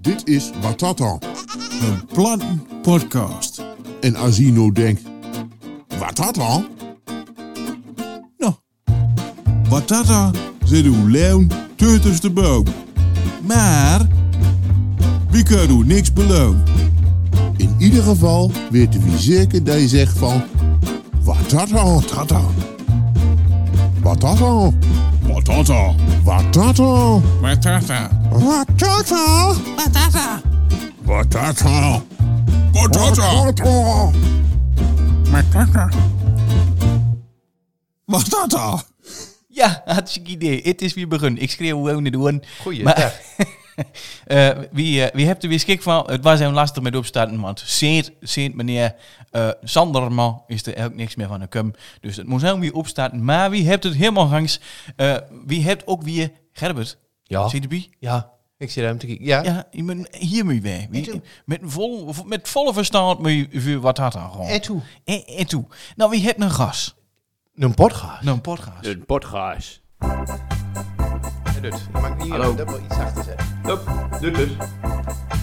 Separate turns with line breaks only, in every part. Dit is Wat dat dan?
Een plannen podcast.
En Asino denkt, wat dat dan?
Nou, wat dat dan? Zit uw leeuw tussen de boom. Maar, wie kan u niks beloon?
In ieder geval weten we zeker dat je zegt van, wat dat dan?
Dat dan,
Wat dat dan?
wat dat dan,
Wat dat dan?
wat dat dan,
Wat dat dan?
wat dat dan,
Wat dat dan?
wat dat
Wat
dan,
dat dan?
wat dat dan. Wat dat dan?
Ja, hartstikke idee. Het is weer begonnen. Ik schreeuw gewoon niet doen.
Goeiedag.
Maar, eh wie, eh, wie hebt er weer schik van? Het was heel lastig met opstarten, want Sint, Sint meneer eh Sanderman is er ook niks meer van gekomen. Dus het moest helemaal weer opstarten. Maar wie hebt het helemaal gangs? Eh, wie hebt ook weer Gerbert?
Ja.
Zit erbij?
Ja, ik zit hem te kijken. Ja.
Ja, je moet- hier moet je bij. Wie-
toe.
Met, vol, met volle verstand moet je voor wat had aan gewoon.
En toe.
En, en toe. Nou, wie hebt een gas?
Een podcast.
Nou, een podcast.
Een podcast.
Ik maak hier
Hallo.
dat wel iets achter zetten.
Hup, doet het.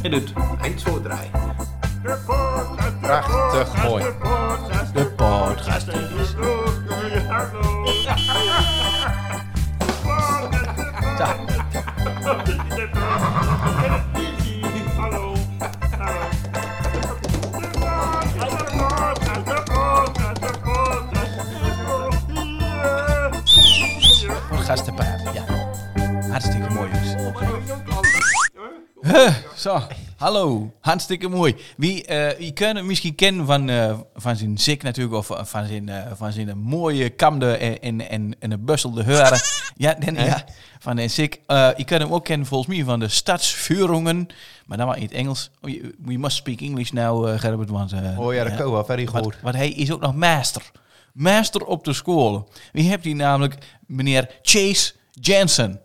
En doet.
Eind zo draaien. Prachtig mooi.
De podcast. Podcast te paard. Ja. Hartstikke mooi, jongens. Huh, zo, hallo. Hartstikke mooi. Wie, eh wie kan hem misschien kennen van, eh, van zijn zik natuurlijk, of eh, van zijn, eh, van zijn eh, mooie kamde en, en, en, en een busselde heuren. ja, den, ja, van een zik. Eh je kan hem ook kennen volgens mij van de stadsvuurungen, maar dan maar in het Engels. We we must speak English now, eh Gerbert, want... eh,
Oh ja, dat kan wel. Very
want,
goed.
want hij is ook nog master. Master op de school. Wie hebt hij namelijk? Meneer Chase Jensen.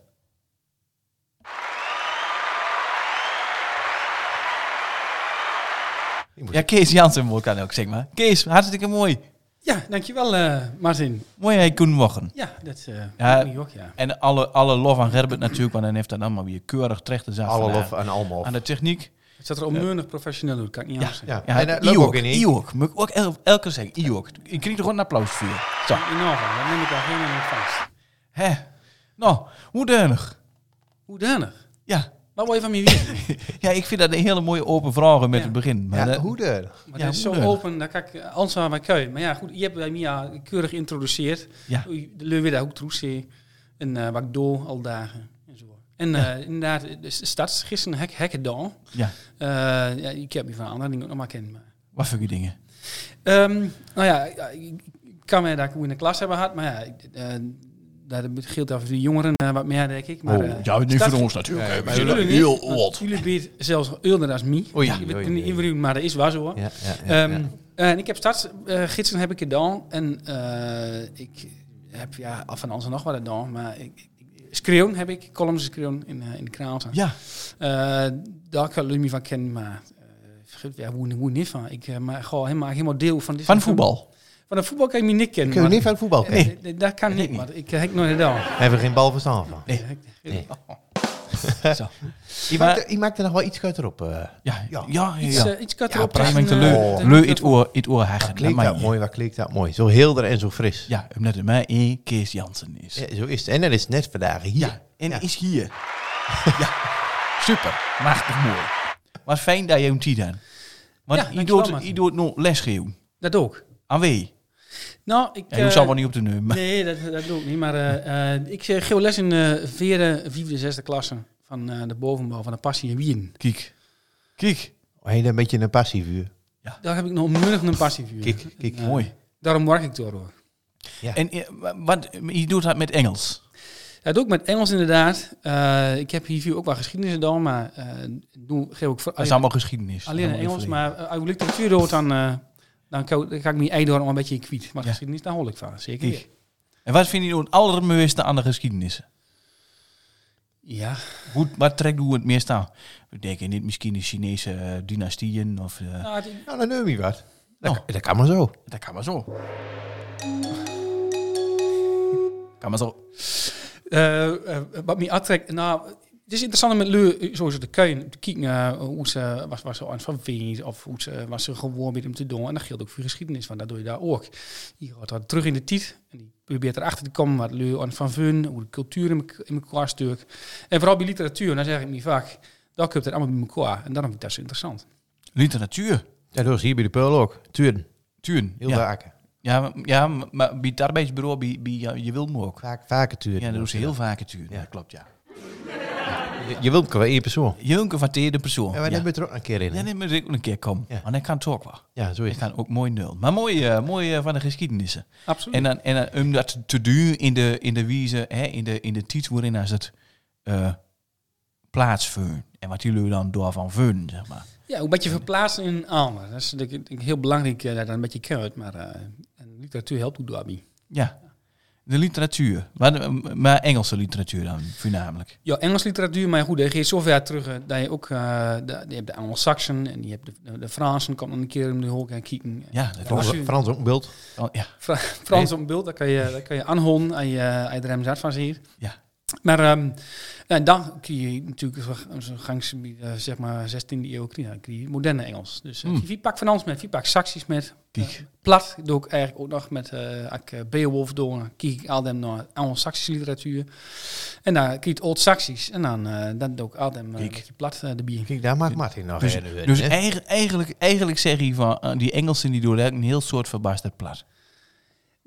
Ja, Kees Jansen moet kan ook, zeg maar. Kees, hartstikke mooi.
Ja, dankjewel eh Martin.
Mooi hij kon wachten.
Ja, dat eh
Ja.
doe ik ook, ja.
En alle, alle lof aan Gerbert natuurlijk, want dan heeft hij dan maar weer keurig terecht te zaten.
Alle
aan-
lof en allemaal.
Aan de techniek.
Het zat er onmeunig professioneel uit, kan ik niet anders zeggen.
Ja,
Ja. en dat loopt ook in niet.
Iok. Moet ik ook el- elke keer zeggen, Iok. Ik kreeg er gewoon een applaus voor. Zo.
Enorm, daar neem ik al helemaal niet vast.
Hè. Nou, hoedanig.
Hoedanig?
Ja.
Laat wel even aan mij weten.
ja, ik vind dat een hele mooie open vragen met
Ja.
het begin. Maar
eh, Ja,
dat-
hoe de?
Maar
Ja,
het is zo
hoedanig.
open, daar kan ik eh, anders aan mijn kui. Maar ja, goed, je hebt bij Mia keurig geïntroduceerd.
Ja.
Hoe- De leur weer daar ook troesie. En eh wat ik doe al dagen. En, zo. en eh, inderdaad, de s- stads gisteren hek, hackathon.
Ja.
Eh, ja, ik heb hier van andere dingen ook nog maar kennen. Maar
Wat voor die dingen?
Ehm, nou ja, ja, ik ik kan me dat ik hoe in de klas hebben gehad, maar ja, ik- eh, dat geldt dan voor de jongeren eh, wat meer, denk ik. Maar, eh,
ja, Oh, niet
staat-
voor ons natuurlijk. hè. We
maar
zijn
jullie niet,
heel
want
oud.
Jullie biedt zelfs eerder dan mij.
Oei,
Ik weet
oei,
niet
oei.
in waarom, maar dat is waar zo. hoor.
Ja, ja, ja,
Ehm,
ja.
en ik heb stadsgidsen heb ik gedaan en eh, ik heb ja, af en aan nog wat gedaan, maar ik, ik- schreeuwen heb ik, columns schreeuwen in, eh, in de kraan.
Ja.
Eh, daar kan Lumie van kennen, maar eh, vergeet ja, hoe, hoe niet van. Ik eh, maar gewoon helemaal, helemaal deel van dit.
Van voetbal.
Van de voetbal kan je me niet kennen.
Kunnen we
maar-
niet van voetbal kennen?
Nee, dat kan
weet
niet,
ik
maar ik eh, heb nooit gedaan.
Hebben we geen bal verstaan van.
Nee.
Nee.
Zo.
Je,
Maar-
maakt er, je maakt er nog wel iets uit op. eh.
Ja, ja,
Ja.
ja.
Iets,
ja.
eh, iets kan
Ja,
erop
praat
Hij
tegen,
maakt een
eh,
leu,
tegen-
leu in het oor, in het oor heggen.
Klinkt dat mooi, wat klinkt dat mooi. Zo helder en zo fris.
Ja, omdat het mij één Kees Jansen is.
Eh,
Ja, zo is het. En dat is net vandaag hier.
Ja, en
Ja.
is hier. ja, super. Machtig mooi. Wat fijn dat je hem ziet dan. Want
Ja,
je,
dankjewel,
doet, je
Martin.
doet nog lesgeven.
Dat ook.
Aan wie?
Nou, ik...
Ja, je
eh,
zal wel niet op de neum. maar-
Nee, dat, dat doe ik niet, maar eh, eh, ik eh, geef les in eh vierde, vierde, zesde klasse van eh, de bovenbouw van de Passie in Wien.
Kijk. Kijk.
Oh, Heel een beetje een passievuur.
Daar heb ik nog onmiddellijk een passie voor.
Kijk, kijk.
En, eh,
Mooi.
Daarom werk ik door hoor.
En eh, wa- wat, je doet dat met Engels.
Dat doe ik met Engels inderdaad. Eh, ik heb hiervoor ook wel geschiedenis gedaan, maar eh doe, geef ik voor,
Dat is allemaal geschiedenis.
alleen in
Allemaal
Engels.
even-
Maar eh, als ik literatuur doe, dan, eh, dan kan, dan kan ik mijn eigen al een beetje kwiet. Maar
Ja.
geschiedenis, daar hol ik van, zeker.
Kijk. En wat vind je nou het allermooiste aan de geschiedenis?
Ja,
Hoe, wat trekt hoe het meest aan? We denken niet misschien de Chinese eh, dynastieën of... eh,
nou, het-
Nou, dan neem je wat. Dat,
Oh.
Nou, dat kan maar zo.
Dat kan maar zo. Kan maar zo.
Eh, eh, wat mij attrekt, nou, Het is interessant om met Leu sowieso te kijken, te kijken eh, hoe ze was, was ze aan van wees of hoe ze was ze gewoon met hem te doen. En dat geldt ook voor geschiedenis, want dat doe je daar ook. Je gaat dan terug in de tijd en die probeert erachter te komen wat Leu aan van vun, hoe de cultuur in elk- in elkaar stuk. En vooral bij literatuur, en dat zeg ik niet vaak, daar komt het allemaal bij elkaar. En daarom vind ik dat zo interessant.
Literatuur.
Ja, dat was hier bij de Peul ook. Tuurden.
Tuurn.
Heel
ja.
vaker.
Ja, maar- ja, maar bij het arbeidsbureau, bij, bij, ja, je wil me ook.
Vaak, vaker tuurden.
Ja, dat doen ze heel vaak tuurn.
Ja.
Ja, klopt, ja.
Je, je wilt qua één persoon.
Je een gevarteerde persoon.
Ja, maar
ja.
daar moet er ook een keer in.
Ja,
hè?
nee, maar ik wil een keer komen.
Ja.
Want ik kan het ook wel.
Ja, zo is
Ik
het.
kan ook mooi nul. Maar mooi, eh, mooi eh, van de geschiedenissen.
Ah.
Absoluut.
En, dan, en dan om dat te doen in de, in de wijze, hè, in de, in de tijd waarin als het eh plaatsvindt. En wat jullie dan door van vinden, zeg maar.
Ja, een beetje verplaatsen in een ander. Dat is denk ik, denk ik heel belangrijk eh, dat je dat een beetje kent, maar eh, en literatuur helpt ook daarbij.
Ja. De literatuur. Maar, maar Engelse literatuur dan, voornamelijk.
Ja, Engels literatuur, maar goed, dat geeft zo ver terug eh, dat je ook, eh, de, je hebt de Anglo-Saxen en je hebt de, de Fransen, komt dan een keer om de hoek en kijken.
Ja, dat was,
als je-
Frans, Frans ook een beeld.
oh, ja.
Fra- Frans op beeld, daar kan je, daar kan je aanhoren als je, als je er hem zat van ziet.
Ja.
Maar ehm, nou, dan kun je natuurlijk zo- zo'n gangs, eh, zeg maar 16e eeuw, kun je- dan kun je moderne Engels. Dus eh,
Hmm.
vier pak Frans met, vier pak Saxisch met.
Piek.
Eh, plat doe ik eigenlijk ook nog met eh, als ik, eh, Beowulf door. dan Kijk ik altijd naar Anglo-Saxische literatuur. En dan kijk ik Old-Saxisch. En dan eh dat doe ik altijd eh, een
Kijk.
beetje plat eh, erbij.
Kijk, daar maakt Martin nog
Dus,
een weer,
dus
hè?
eigenlijk, eigenlijk, eigenlijk zeg je van, eh, die Engelsen die doen eigenlijk een heel soort van bastard plat.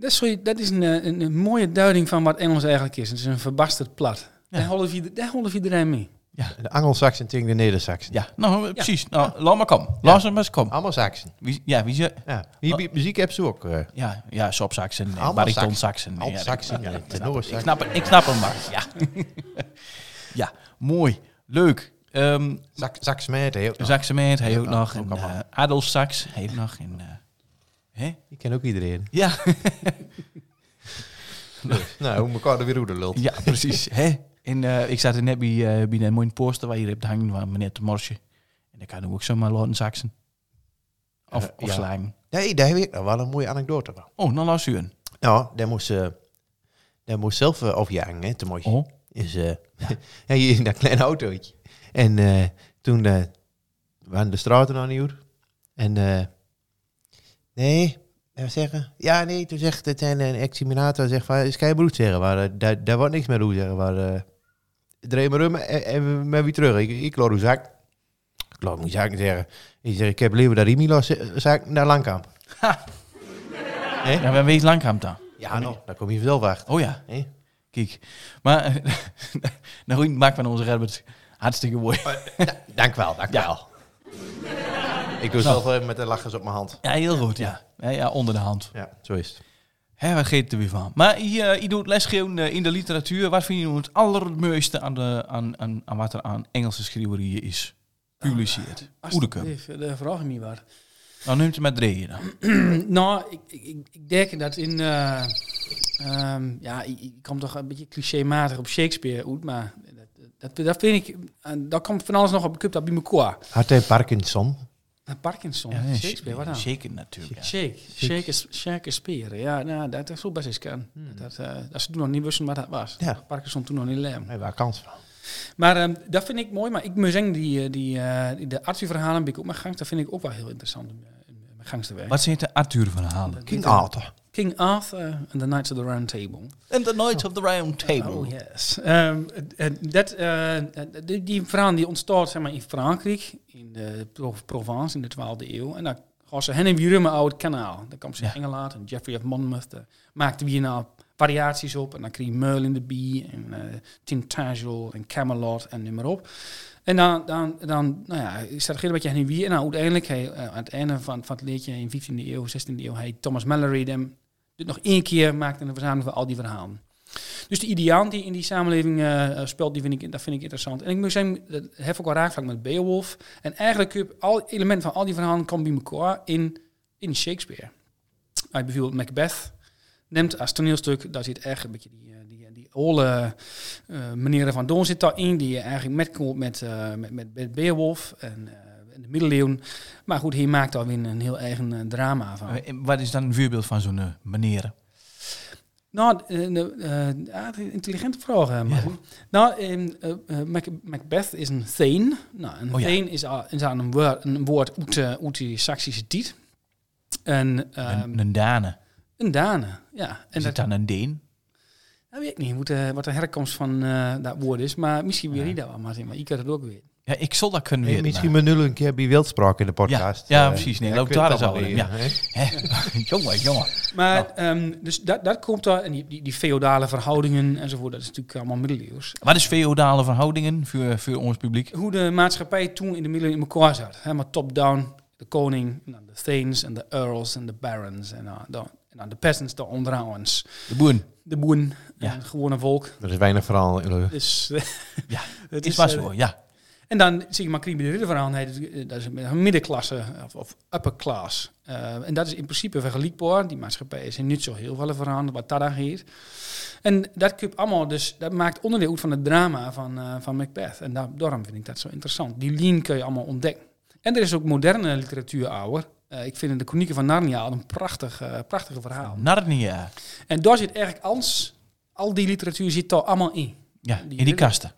Dat is, zo- dat is een, eh, een, een mooie duiding van wat Engels eigenlijk is. Het is een verbasterd plat.
Ja.
Daar hollen ieder- daar hollen iedereen mee.
De Angelsaksen tegen de Nedersaksen.
Ja, nou precies. Nou, laat maar komen. Laat ze maar eens komen.
Allemaal Saksen.
Wie, ja, wie ze...
Ja. Wie, wie- muziek hebben ze ook. eh.
Ja, ja, sopsaxen,
Allemaal
baritonsaxen.
Alt Saksen, eh,
Ik
tenorsaxen.
snap, het- ik snap hem maar. Ja, ja mooi. Leuk. Ehm
Zak, Saksmeet, hè, ook nog.
Saxemeert, hij ook
Ja,
nog.
ook
En,
allemaal.
eh Adolf Sax, hij ook nog. En, eh, hè?
Die kent ook iedereen.
Ja.
Nou, hoe elkaar er weer roeden lult.
ja, precies. Hè? En eh, ik zat er net bij, eh, bij een mooie poster waar je hier hebt hangen van meneer de Morsje. En dat kan hem ook zomaar laten saxen. Of,
Eh,
of
ja.
slaan.
Nee, daar heb ik nog wel een mooie anekdote van.
Oh, nou laat ze u een.
Nou, daar moest, eh daar moest zelf eh, overjagen, hè, te mooi.
Oh.
Is, eh ja, hier in dat kleine autootje. En eh, toen eh, waren de straten nog niet goed. En eh, nee, eh, we zeggen, ja nee, toen zegt het en een examinator zegt van, is geen bloed zeggen, maar eh, daar, daar wordt niks meer doen zeggen, maar eh draai maar om eh, en, en maar weer terug. Ik, ik laat uw zak, ik laat mijn zak zeggen. Ik zeg, ik heb liever dat Rimi los zak naar Langkamp.
Ja, we weten langzaam dan.
Ja, nou, daar kom je vanzelf achter.
Oh ja.
Nee.
Kijk. Maar eh, nou goed, maakt van onze Herbert hartstikke mooi.
Dank wel, dank
Ja.
wel. Ik doe zelf eh, met de lachers op mijn hand.
Ja, heel goed, ja. Ja, ja onder de hand.
Ja, zo is het.
Hè, waar geeft het er weer van? Maar je, eh, je doet lesgeven eh, in de literatuur. Wat vind je nou het allermooiste aan, de, aan, aan, aan wat er aan Engelse schrijverieën is? Publiceerd. Oedekum.
Alsjeblieft, eh, daar vraag ik me waar.
Nou neemt het maar drieën dan.
Nou, ik, ik, ik, ik denk dat in... eh, ehm, ja, ik, ik kom toch een beetje clichématig op Shakespeare uit, maar... Dat, dat, dat vind ik... en daar komt van alles nog op. Ik heb dat bij elkaar.
Had hij Parkinson?
Eh, Parkinson,
Ja, nee,
Shakespeare, wat dan?
Zeker natuurlijk. ja.
Shake, shake is, shake is spieren. Ja, nou, dat is zo best eens kan.
Hmm.
Dat, eh, dat ze toen nog niet wisten wat dat was.
Ja.
Parkinson toen nog niet lem.
Hij waar kans van.
Maar ehm, dat vind ik mooi. Maar ik moet zeggen, die, eh, die, eh, die- de Arthur-verhalen ben ik ook mijn gangs. Dat vind ik ook wel heel interessant om eh, in mijn gangs te werken.
Wat zijn de Arthur-verhalen?
King Arthur.
King Arthur and the Knights of the Round Table.
En The Knights of the Round Table.
Oh yes. Ehm, eh, dat, eh, eh, die, die verhaal die ontstaat zeg maar, in Frankrijk, in de Pro- Provence in de 12e eeuw. En dan gaan ze hen en weer rummen over het kanaal. Dan kwam ze
Ja.
Engeland en Geoffrey of Monmouth eh, maakte weer nou variaties op. En dan kreeg je Merlin de Bee en eh Tintagel en Camelot en noem maar op. En dan, dan, dan nou ja, is dat een beetje hen en weer. En dan uiteindelijk, hij, eh, aan het einde van, van het leertje in 15e eeuw, 16e eeuw, hij Thomas Mallory hem dit nog één keer maakte een verzameling van al die verhalen. Dus de ideaan die in die samenleving eh, eh, speelt, die vind ik, dat vind ik interessant. En ik moet zeggen, dat heb ik al raakvlak met Beowulf. En eigenlijk heb al elementen van al die verhalen kan bij elkaar in, in Shakespeare. Hij bijvoorbeeld Macbeth neemt als toneelstuk, daar zit echt een beetje die, eh, die, die oude eh manieren van doen zit daarin, die je eigenlijk metkomt met, eh, met, met, met Beowulf en eh, en de middeleeuwen. Maar goed, hier maakt daar weer een heel eigen eh, drama van.
Eh, en Wat is dan een voorbeeld van zo'n eh, meneer?
Nou, eh, nou, eh, ja, een intelligente vraag, eh, Martin. Nou, ehm, eh, eh, Mac- Macbeth is een thane. Nou, een
Oh ja.
thane is, al- is aan een woord, een woord uit, eh, uit die Saksische tijd. En ehm,
een, een Dane.
een Dane, ja. En
Is
dat,
het dan een Deen?
dat weet ik niet wat, eh, wat de herkomst van eh, dat woord is. Maar misschien weer niet dat wel, Martin. Maar ik kan het ook weer.
Ja, ik zal dat kunnen
Hey,
weten.
misschien ben nul een keer bij Wildspraak in de podcast.
Ja, ja,
Eh,
precies. Nee,
ja,
loop
ik weet
daar
het
eens
allemaal
al,
niet,
ja.
hè.
maar. jongen, jongen.
Maar
Nou.
ehm, dus dat, dat komt daar. En die, die, die feodale verhoudingen enzovoort, dat is natuurlijk allemaal middeleeuws.
Wat is feodale verhoudingen voor, voor ons publiek?
hoe de maatschappij toen in de middeleeuwen in elkaar zat. Helemaal top-down, de koning, en dan de thanes en de earls en de barons en dan- dan en dan de peasants, de onderhoudens,
De boeren.
de boeren,
Ja.
ja. gewone volk.
Er is weinig verhaal. eh,
Dus,
Ja,
het
Is waar
eh,
zo, ja.
En dan zie je maar Kriebe de Ridderverhaal, hij doet, eh, dat is een middenklasse of, of upper class. Eh, en dat is in principe vergelijkbaar. Die maatschappij is er niet zo heel veel veranderd wat dat dan heet. En dat, kun je allemaal dus, dat maakt onderdeel uit van het drama van, eh, van Macbeth. En daar- daarom vind ik dat zo interessant. Die lien kun je allemaal ontdekken. En er is ook moderne literatuur, ouder. Eh, ik vind in de Chronieken van Narnia al een prachtig, eh, prachtige verhaal.
Narnia.
En daar zit eigenlijk alles, al die literatuur zit daar allemaal in.
Ja, in
Die
die
willen-
kasten.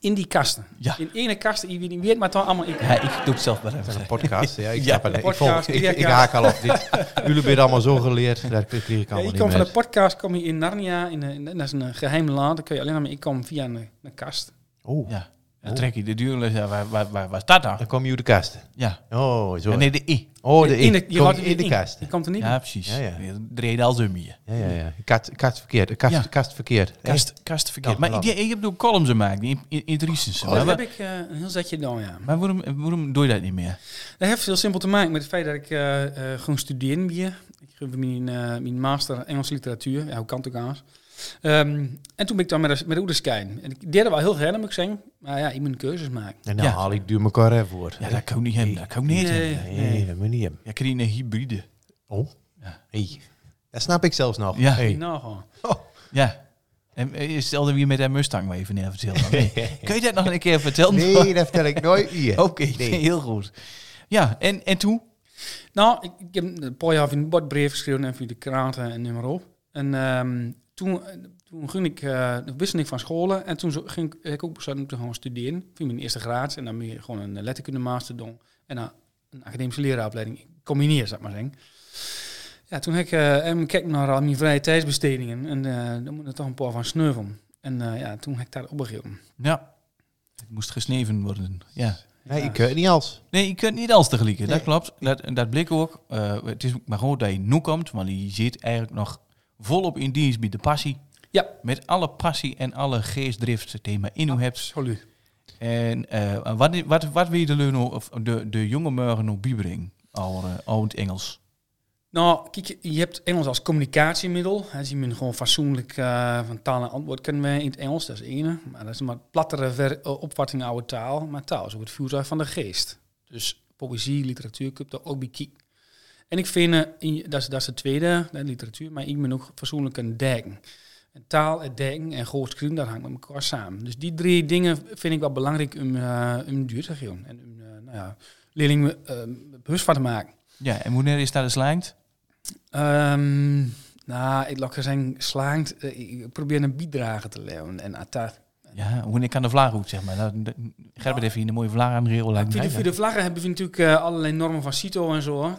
In die kasten.
Ja.
In ene kast, je weet niet meer, maar daar allemaal in.
Ja, ik doe het zelf wel
Dat is
even.
een podcast. Ja, ik,
Ja,
snap het, ik,
podcast,
volg- ik, ik
ja.
haak al op dit. Jullie hebben het allemaal zo geleerd. Daar kreeg ik
Ja,
allemaal
ik kom
niet
van
meer.
de podcast, kom je in Narnia, in, een- dat is een eh, geheim land, dan kun je alleen maar, ik kom via een, een kast.
Oh,
Ja. Dan trek je de duurlijst. Ja, waar, waar, waar, waar staat dat?
dan kwam je de kast.
Ja.
Oh, zo.
Nee, de I.
oh, de in,
je
kom
gaat er
in,
niet
de kast.
Je komt er niet
Ja,
in.
precies.
Ja, ja.
Dreden als ummie.
Ja, ja, ja. Kast, kast verkeerd. eh, Kast,
Ja.
kast verkeerd.
Kast, kast verkeerd. Oh,
Ja,
Maar
lang.
ik, ik heb ook columns gemaakt in, in, in het recens.
dat
maar
heb ik eh, een heel zetje gedaan, ja.
maar waarom, eh, waarom doe je dat niet meer?
Dat heeft heel simpel te maken met het feit dat ik eh, eh, gewoon studeer hier. Ik heb mijn, eh, mijn master Engels literatuur, ja, hoe kan het ook anders. Ehm, en toen ben ik dan met, met Oederskijn. En ik deed er wel heel graag, moet ik zeggen. Maar ja, ik moet een keuzes maken.
En nou
Ja.
haal ik duur elkaar even voor.
Ja, dat kan ik niet hebben. Dat kan ik niet hebben.
Nee.
Nee, dat moet niet hebben.
Je krijgt een hybride.
Oh.
Ja.
Hey. Dat snap ik zelfs nog.
Ja.
Hey.
Nou, gewoon.
Ja. En eh, je stelde weer met een Mustang maar even neer vertellen. Nee. Kun je dat nog een keer vertellen?
Nee, dat vertel ik nooit hier.
Oké, heel goed. Ja, en, en toen?
Nou, ik, ik heb een paar jaar voor een bordbrief geschreven en voor de kranten en noem maar op. En ehm, toen, toen ging ik, eh, wisselde ik van scholen en toen zo- ging ik, ik ook besloten om te gaan studeren. Voor mijn eerste graad en dan meer gewoon een eh, letterkunde master doen en dan een academische leraaropleiding. Ik combineer, zou ik maar zeggen. Ja, toen heb ik eh, en kijk naar al mijn vrije tijdsbestedingen en eh dan moet er toch een paar van sneuvelen. En eh, ja, toen heb ik daar opgegeven.
Ja. Het moest gesneven worden. Ja.
Nee, ik keur niet als.
Nee, je kunt niet alles tegelijk. Dat
Nee.
klopt. Dat, dat blik ook. Eh, het is ook maar goed dat je nu komt, want je zit eigenlijk nog volop in dienst bij de passie.
Ja.
Met alle passie en alle geestdrift het thema in u hebt.
Absoluut.
En eh, wat, i- wat, wat wil je de, leuno, of de, de jonge morgen nog bibering? Al eh, al in het Engels.
Nou, kijk, je hebt Engels als communicatiemiddel. Hè, Ze moeten gewoon fatsoenlijk eh, van taal en antwoord kunnen wij in het Engels, dat is ene. Maar dat is een wat plattere ver- eh, opvatting oude taal. Maar taal is ook het vuurtuig van de geest. Dus poëzie, literatuur, kun je daar ook bij kijken. En ik vind, eh, in- dat, is, dat is de tweede, de literatuur, maar ik ben ook fatsoenlijk een denken. En taal, het denken en goed schrijven, dat hangt met elkaar samen. Dus die drie dingen vind ik wel belangrijk om, eh om duur te geven. En om eh, nou ja, leerlingen eh, bewust van te maken.
Ja, en wanneer is dat eens lijnt?
Ehm nou, ik laat zijn slaand. eh, Ik probeer een bijdrage te leveren. En aan dat-
Ja, wanneer kan de vlaag goed, zeg maar. Nou, de- Gerbert heeft hier een mooie vlaag aan de regel
Voor de, voor de vlaggen hebben we natuurlijk eh, allerlei normen van CITO en zo. hè.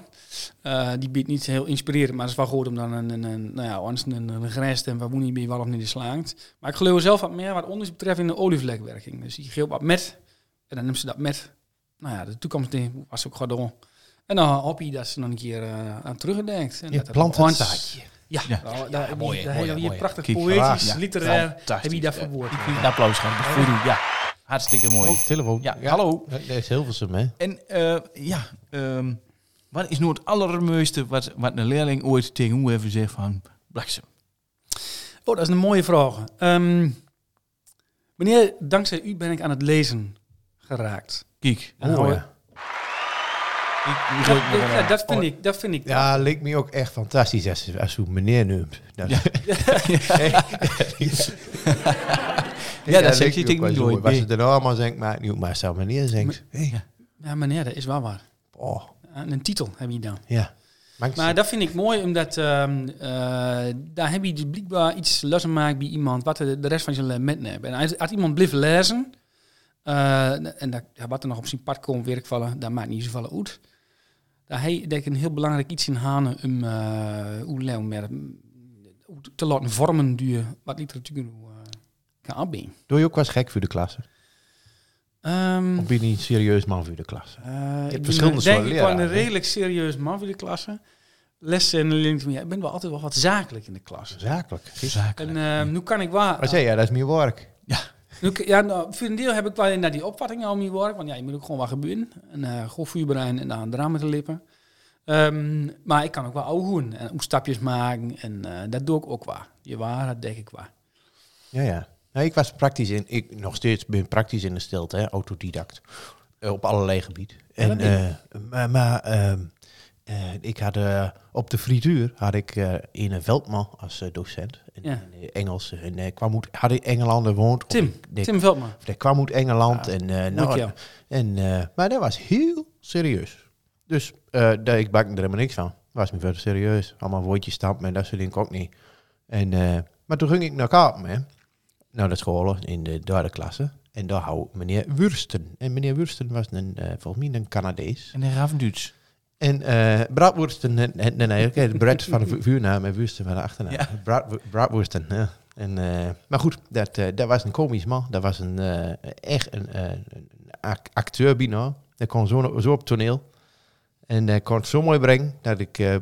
Eh, die biedt niet heel inspirerend, maar het is wel goed om dan een, een, een nou ja, anders een, een grens en waar moet niet meer wel of niet in slaagt. Maar ik geloof zelf wat meer wat onderzoek betreft in de olievlekwerking. Dus je geeft wat met en dan neemt ze dat met. Nou ja, de toekomst in was ook gewoon. En dan hoop je dat ze nog een keer eh, aan terugdenkt. En
Je
dat het
plant
nog
het
eens-
zaadje.
Ja,
Ja.
Nou, daar, heb je-
mooi,
daar
mooi,
heb je
mooi.
prachtig
Kijk,
poëtisch,
voilà.
literair, heb je daar verwoord.
Een applaus gaan. Voor u, ja. Hartstikke mooi.
Oh, telefoon.
Ja, hallo.
Dat is heel veel hè.
En eh, ja, ehm, wat is nou het allermooiste wat, wat een leerling ooit tegen hoe even zegt van bliksem?
Oh, dat is een mooie vraag. Ehm, meneer, dankzij u ben ik aan het lezen geraakt.
Kijk,
En hou-
Oh, ja.
ik- ik-
Dat,
ik-
dat- Oh, ja, dat vind ik. Dat vind ik.
Ja, leek me ook echt fantastisch als, als u meneer noemt. Dat, ja,
Ja, dat zeg je tegen nooit.
Was
Nee.
het er nou allemaal zingt, maakt niet uit, Maar zou meneer zingt.
Ja, meneer, dat is wel waar.
Oh,
Een titel heb je dan.
ja. Maakt
Maar dat vind ik mooi, omdat ehm, eh, daar heb je dus blijkbaar iets lessen gemaakt bij iemand wat de, de rest van zijn elementen hebben. En als, als iemand blijft lezen, eh, en dat, ja, wat er nog op zijn pad komt werkvallen, dat maakt niet zoveel uit. Daar heb ik een heel belangrijk iets in Hanen om eh, hoe leeuw meer hoe te- te laten vormen die wat literatuur eh, kan aanbieden.
Doe je ook wel eens gek voor de klasse?
Ehm,
Of ben je niet serieus man voor de klasse?
Eh, ik ben,
verschillende soorten
denk ik
leraren,
wel een
hè?
redelijk serieus man voor de klasse. Lessen en links. Ja, ik ben wel altijd wel wat zakelijk in de klas.
Zakelijk.
En ehm, nu kan ik wel.
Maar zei ja, dat is meer werk.
nu, k- ja, nou, voor een deel heb ik wel naar die opvatting al mijn werk. Want ja, je moet ook gewoon wat gebeuren. En eh goed vuurbrein en dan een drama te lippen. Ehm, maar ik kan ook wel ouwe hoen en ook stapjes maken. En eh, dat doe ik ook wel. Je waar, dat denk ik wel.
Ja, ja. Nee, ik was praktisch in, ik nog steeds ben praktisch in de stilte, hè, autodidact. Eh, op allerlei gebied. En,
dat ben
eh, maar maar ehm, eh, ik had eh, op de frituur had ik eh Ine Veldman als eh, docent. En,
Ja.
en, eh, Engels. En eh, kwam uit, had in Engeland gewoond. Of
Tim,
ik- nee,
Tim Veldman.
Of hij kwam uit Engeland.
Ja,
en, eh,
moet
nou,
je.
en, eh, maar dat was heel serieus. Dus eh, daar ik bak er helemaal niks van. Was me verder serieus. Allemaal woordjes stampen en dat soort dingen ook niet. En, eh, maar toen ging ik naar Kapen, hè. Naar de scholen in de derde klasse. En daar hou ik meneer Wursten. En meneer Wursten was een, eh, volgens mij een Canadees.
En hij gaf hem Duits.
En eh braadworsten, en, en, nee, nee, oké, de bread van de vu- vuurnaam en wursten van de achternaam.
Ja.
Braadwo- braadworsten, ja. En, eh, maar goed, dat, eh, dat was een komisch man. Dat was een, eh, echt een, eh, een ac- acteur bijna. Dat kon zo, zo op toneel. En dat kon het zo mooi brengen dat ik eh,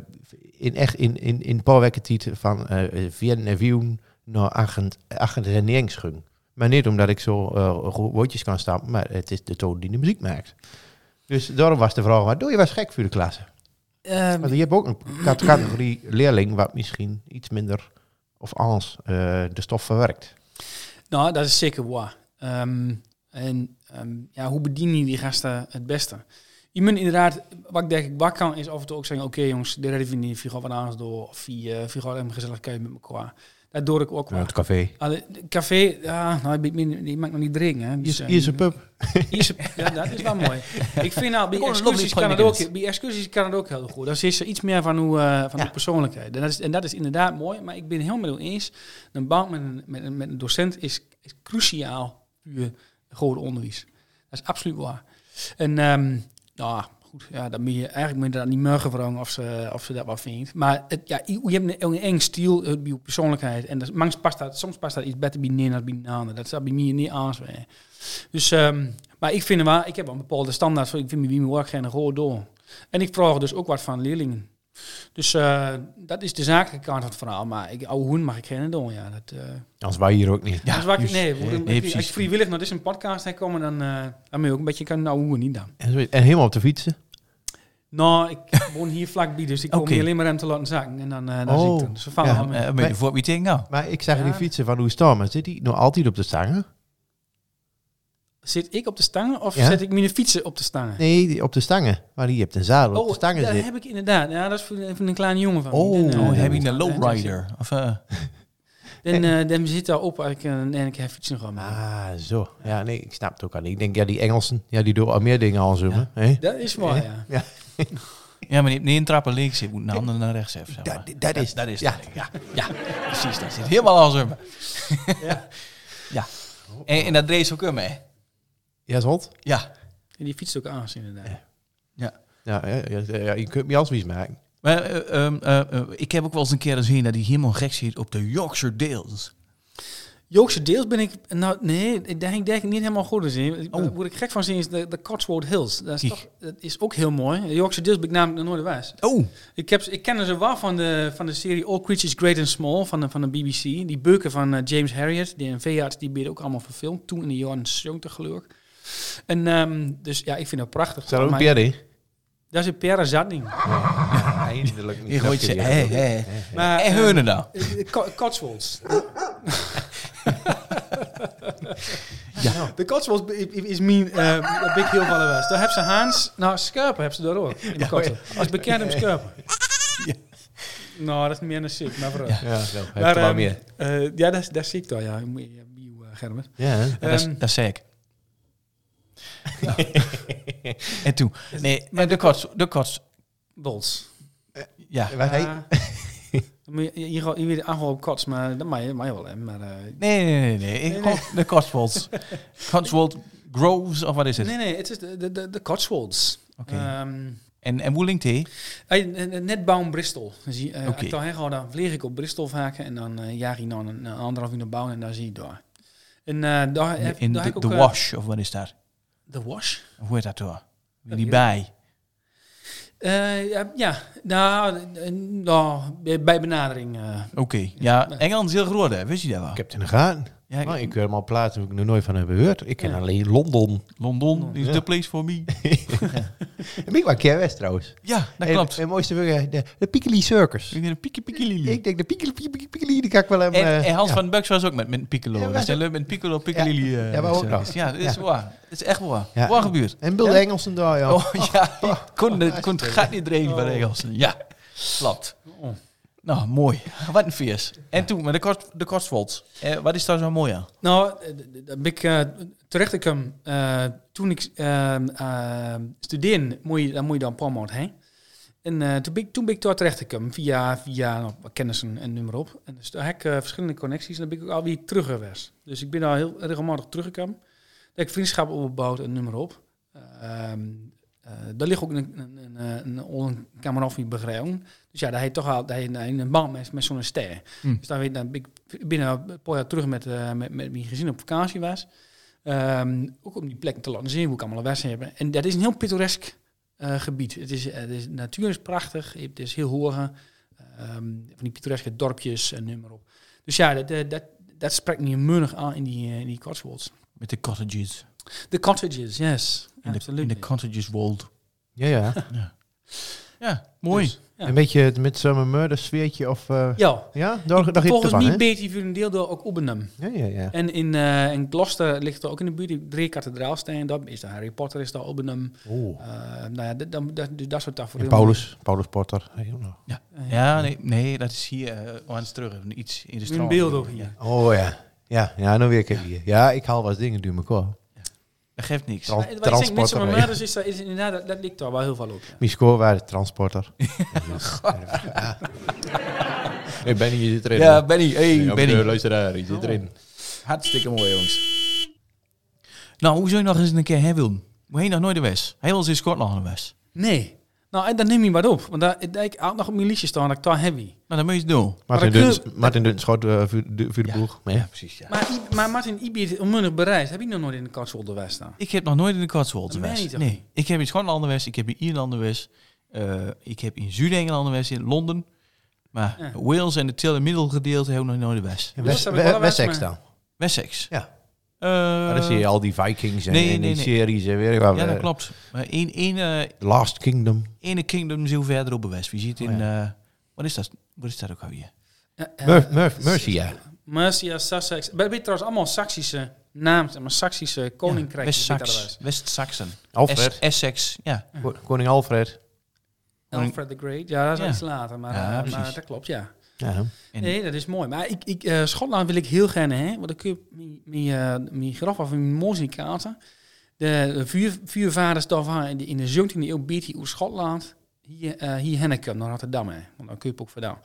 in, echt in, in, in een paar weken tijd van eh Vien en Vien naar Agent, agent Renings ging. Maar niet omdat ik zo eh, ro- woordjes kan stappen, maar het is de toon die de muziek maakt. Dus daarom was de vraag, wat doe je was gek voor de klasse?
Ehm,
Maar je hebt ook een cat- categorie leerling wat misschien iets minder of anders eh, de stof verwerkt.
Nou, dat is zeker waar. Ehm, en ehm, ja, hoe bedien je die gasten het beste? Je moet inderdaad, wat ik denk ik wat kan, is af en toe ook zeggen... oké jongens, de redden we niet, vier gaan wat anders door... of vier eh, vier gaan even gezellig kijken met elkaar. Dat doe ik ook wel.
café.
Allee, de café, ja, nou, ik ben- ik ben- die mag ik nog niet drinken. Hè. Dus,
Hier
eh,
is een pub.
hier is een- ja, dat is wel mooi. Ik vind nou, bij
Gewoon een
excursies,
lovely
kan het
weekend.
ook, bij excursies kan het ook heel goed. Dan is er iets meer van, hoe, eh, van
Ja.
de persoonlijkheid. En dat, is, en dat is inderdaad mooi. Maar ik ben het helemaal eens. Een band met een, met een, met een docent is, is cruciaal voor je goed onderwijs. Dat is absoluut waar. En ehm, nou, goed, ja, dan moet je, eigenlijk moet je dat niet morgen vragen of ze, of ze dat wel vindt. Maar het, ja, je je hebt een, een eng stiel, het bij je persoonlijkheid. En dat, is- mangs past dat, soms past dat iets beter bij de een dan bij een ander. Dat zou bij mij niet aanswijn. Dus, ehm, maar ik vind wel, ik heb een bepaalde standaard. Zo, ik vind wie mijn werk geen goede door. En ik vraag dus ook wat van leerlingen. Dus eh, dat is de zakelijke kant van het verhaal. Maar ik, oude hoen mag ik geen doen, ja. Dat, eh,
Anders wij hier ook niet.
Ja,
dus waar ik,
juist.
nee, we-
nee,
als je- als
precies.
je vrijwillig naar deze podcast heen komen, dan, eh dan moet je ook een beetje kunnen nou hoe niet dan.
En, zo- en helemaal op de fietsen.
Nou, ik woon hier vlakbij, dus ik kom
Oké.
hier alleen maar hem te laten zakken. En dan, eh dan
Oh,
zie ik het. Dus we vangen
ja.
hem.
Eh, ben je voor wie tegen nou?
Maar ik zag
Ja.
die fietsen van hoe staan, maar zit die nog altijd op de stangen?
Zit ik op de stangen of
Ja?
zet ik mijn fietsen op de stangen?
Nee, die- op de stangen. Maar die hebt een zadel op de stangen
Oh, daar
zit.
heb ik inderdaad. Ja, dat is voor een, voor een kleine jongen van me.
Oh,
Dan, eh,
oh,
Oh,
dan-
heb je een
dan-
lowrider? Of, eh,
Dan, eh, dan zit daar op en ik, eh, en ik heb fietsen gewoon.
Ah, zo. Ja, nee, ik snap het ook al niet. Ik denk, ja, die Engelsen, ja, die doen al meer dingen al zoomen. hè?
Dat is
eh,
waar, ja.
ja, maar je hebt niet een trappen leeg zitten. Moet een handen naar rechts even. Zeg maar.
Dat, dat is...
Dat is
ja.
het, ja. ja. precies. Dat zit helemaal als hem. Ja. ja. En, en dat race ook hem, hè?
Ja, zot.
Ja.
En die fietst ook aan, inderdaad.
Ja, ja, ja, ja, je kunt me als wies maken.
Maar eh, ehm, eh, eh, ik heb ook wel eens een keer gezien dat hij helemaal gek zit op de Yorkshire Dales.
Joogse deels ben ik... Nou, nee, ik denk, denk ik niet helemaal goed is. hè. Waar
Oh.
Word ik gek van zien is de, de Cotswold Hills. Dat is,
Kijk.
toch, dat is ook heel mooi. De Joogse deels ben ik namelijk nog nooit geweest.
Oh,
Ik, heb, ze- ik ken ze wel van de, van de serie All Creatures Great and Small van de, van de BBC. Die beuken van eh, James Harriet, die een veearts, die werden ook allemaal verfilmd. Toen in de jaren 70 geloof ik. En ehm, dus ja, ik vind dat prachtig.
Zal ook
Oh, Maar
Pierre?
Dat is een Pierre Zadning.
Eindelijk
je gooit ze.
Ja.
Hé, hé.
Maar,
En
ehm,
heunen nou.
eh, Co- Cotswolds. ja. De Cotswolds i- i- is mijn eh big heel van de West. Daar hebben ze Haans, nou Scherpen hebben ze daar ook.
oh
In de Cotswolds. Als bekend om Scherpen. Nou, dat is meer een ziek, maar vooruit.
Ja, zo. Heb
Maar,
er maar
ehm,
meer.
eh, ja, dat, dat zie ik daar, ja. Moet je- ja, bio, eh, Gerben.
Ja, hè?
Ja, dat, is-
Ehm,
dat zei ik. Nou. en toen. Nee, maar de kots, de kots,
Bols.
Ja.
Wat heet?
Ja. Dan moet je, je, gaat- je weet aangehouden op kots, maar dat mag je, mag je wel. Hè. Maar, eh,
Nee, nee, nee. nee. Ik kom- De Cotswolds. Cotswold Groves, of wat is het?
nee, nee, het is de, de, de, de Cotswolds.
Oké.
Ehm,
En, en Woelingthee?
Hey, eh, eh, net bouwen Bristol. Dus je, eh,
Oké.
ik dan heen ga, dan vlieg ik op Bristol vaak en dan eh jaag ik nog een, een anderhalf uur naar bouwen en dan zie je daar. En eh, daar heb
In
daar
de,
heb ik
de
ook, eh,
Wash, of wat is dat?
De wash?
Of Hoe heet dat door? Die
Dat weet
bij.
Eh, ja, ja, nou, eh, nou, bij, bij benadering. eh,
Oké. Ja, Engeland is heel groot, hè? Wist je dat wel?
Ik heb het in de gaten.
Ja,
Maar
ik-
ik heb hem al plaatsen waar ik nog nooit van heb gehoord. Ik ken
Ja.
alleen Londen.
Londen is
Ja.
the place for me.
En ik was keer West trouwens.
Ja, dat
En-
klopt.
En het mooiste burger, de, de Piccoli Circus.
Ik denk een piekie piekie lili.
Ik denk de Piccoli, Piccoli, Piccoli, Piccoli, die kan ik wel hem...
En,
eh,
en Hans
ja.
van Bucks was ook met, met Piccolo.
Ja,
Ja,
maar-
dat is leuk met Piccolo, Piccolilli. eh,
Ja, maar ook
zo.
nog.
Ja, dat is
Ja.
waar. Dat is echt waar.
Ja.
Waar gebeurd.
En Bill
Ja?
Engelsen daar, ja. Oh,
Oh ja, ik kon, het kon het gaat niet reden van Engelsen. Ja, klopt.
Oh.
Nou, mooi. Wat een feest. En toen, maar de, kost, de Cotswolds. Eh, wat is daar zo mooi aan?
Nou, eh, d- d- daar ben ik eh, terechtgekomen. eh, toen ik ehm, eh, studeerde, moet je, dan moet je dan een paar maanden heen. En eh, toen, ben ik, toen ben ik daar terechtgekomen via, via nou, wat kennissen en noem maar op. En dus daar heb ik eh, verschillende connecties en dan ben ik ook alweer terug geweest. Dus ik ben daar heel regelmatig teruggekomen. Daar heb ik vriendschap opgebouwd en noem maar op. Ehm, eh, daar ligt ook een, een, een, eh, een, een kamerafie begrijpen. Dus ja, daar heb je toch al daar heb je een, een band met, met zo'n ster. Dus dan, weet, dan ben ik binnen een paar jaar terug met, eh, met, met mijn gezin op vakantie was. Ehm, ook om die plekken te laten zien hoe ik allemaal een hebben. En dat is een heel pittoresk eh, gebied. Het is, eh, het is, de natuur is prachtig, het is heel hoog. van die pittoreske dorpjes en noem maar op. Dus ja, dat, eh, dat, dat spreekt me munnig aan in die, eh, in die Cotswolds.
Met de cottages.
De cottages, yes.
In de, in
Absoluut.
de cottages world.
Ja, ja.
Ja, mooi.
Ja. dus-
Een beetje met zo'n murder sfeertje of... eh,
ja,
ja, daar, daar heeft het
volgens
van,
mij
hè?
beter voor een ehm, deel door ook Oppenham.
Ja, ja, ja.
En in, eh, in Gloucester ligt er ook in de buurt die drie kathedraalstenen. Dat is de Harry Potter, is daar Oppenham.
Oeh.
Eh, nou ja, dat, dat, dat, dus dat soort
En
tafereelen.
Paulus, Paulus Potter. Hey, oh.
Ja, nee, nee, dat is hier eh aan het terug. Iets in de
Een
straat.
beeld ook hier.
Oh ja. Ja, ja, nou weer ik heb hier. Ja, ik haal wel eens dingen door elkaar.
Dat geeft niks.
Tran-
Maar ik denk,
transporter.
Midsommar
hè.
Murders is, daar- is inderdaad, dat, dat ligt daar wel heel veel op. ja.
Mijn score waren de transporter. Ja. Hey, Benny, je zit erin.
Ja,
hoor.
Benny.
Ja,
Hey,
maar
Benny.
de Luisteraar, je zit erin.
Hartstikke mooi, jongens. Nou, hoe zou je nog eens een keer heen willen? Hoe heen nog nooit de West? Hij was in Schotland de West.
Nee. Nou, en dan neem je wat op. Want daar, ik- ik had nog op mijn liedje staan dat ik daar heavy.
Nou, dan moet je het doen.
Martin,
Maar dat
Duns, Martin Dunschot eh, voor de, voor de
Ja.
boeg. Maar ja, precies. Ja.
Maar, I- maar Martin Ibiet, onmunnig bereid, heb ik nog nooit in de Cotswolder West staan.
Ik heb nog nooit in de Cotswolds
Dat meen
geweest.
je toch
Nee, ik heb in Schotland geweest, ik heb in Ierland geweest, eh, ik heb in Zuid-Engeland geweest, in Londen. Maar
Ja.
Wales en het tilde middelgedeelte hebben we nog nooit geweest.
En
Dus
West-
dat
We-
heb ik wel
Wessex
eens,
dan.
Wessex.
Ja.
Eh,
Maar dan zie je eh, al die Vikings en,
nee,
en die
nee, nee.
series en weer. Waar
ja, dat
we-
klopt. Maar één, één, eh,
The Last Kingdom.
ene kingdom is heel verder op geweest. We zitten
Oh,
in... eh, wat is dat? Wat is dat ook alweer?
Ja, eh,
Mur- Mur- Mercia.
Mercia, Sussex. Maar weet je trouwens allemaal Saksische namen, maar Saksische koninkrijken. weet dat wel
West-Sax.
eens.
West-Saxen. Es-
Alfred.
Essex. Ja.
Ko- Koning Alfred.
Alfred the Great. Ja, dat is
Ja.
iets later, maar,
Ja,
eh, maar
precies.
dat klopt, ja.
Ja.
En-
Nee, dat is mooi. Maar ik, ik, eh, Schotland wil ik heel gerne, hè? Want dan kun je op mijn- mijn eh, mijn graf of mijn moos niet kaarten. De, de vuur, vuurvaders daarvan in de, in de 17e eeuw biedt hier uit Schotland. Hier, eh, hier Hennekum naar Rotterdam, hè? Want dan kun je het ook vandaan.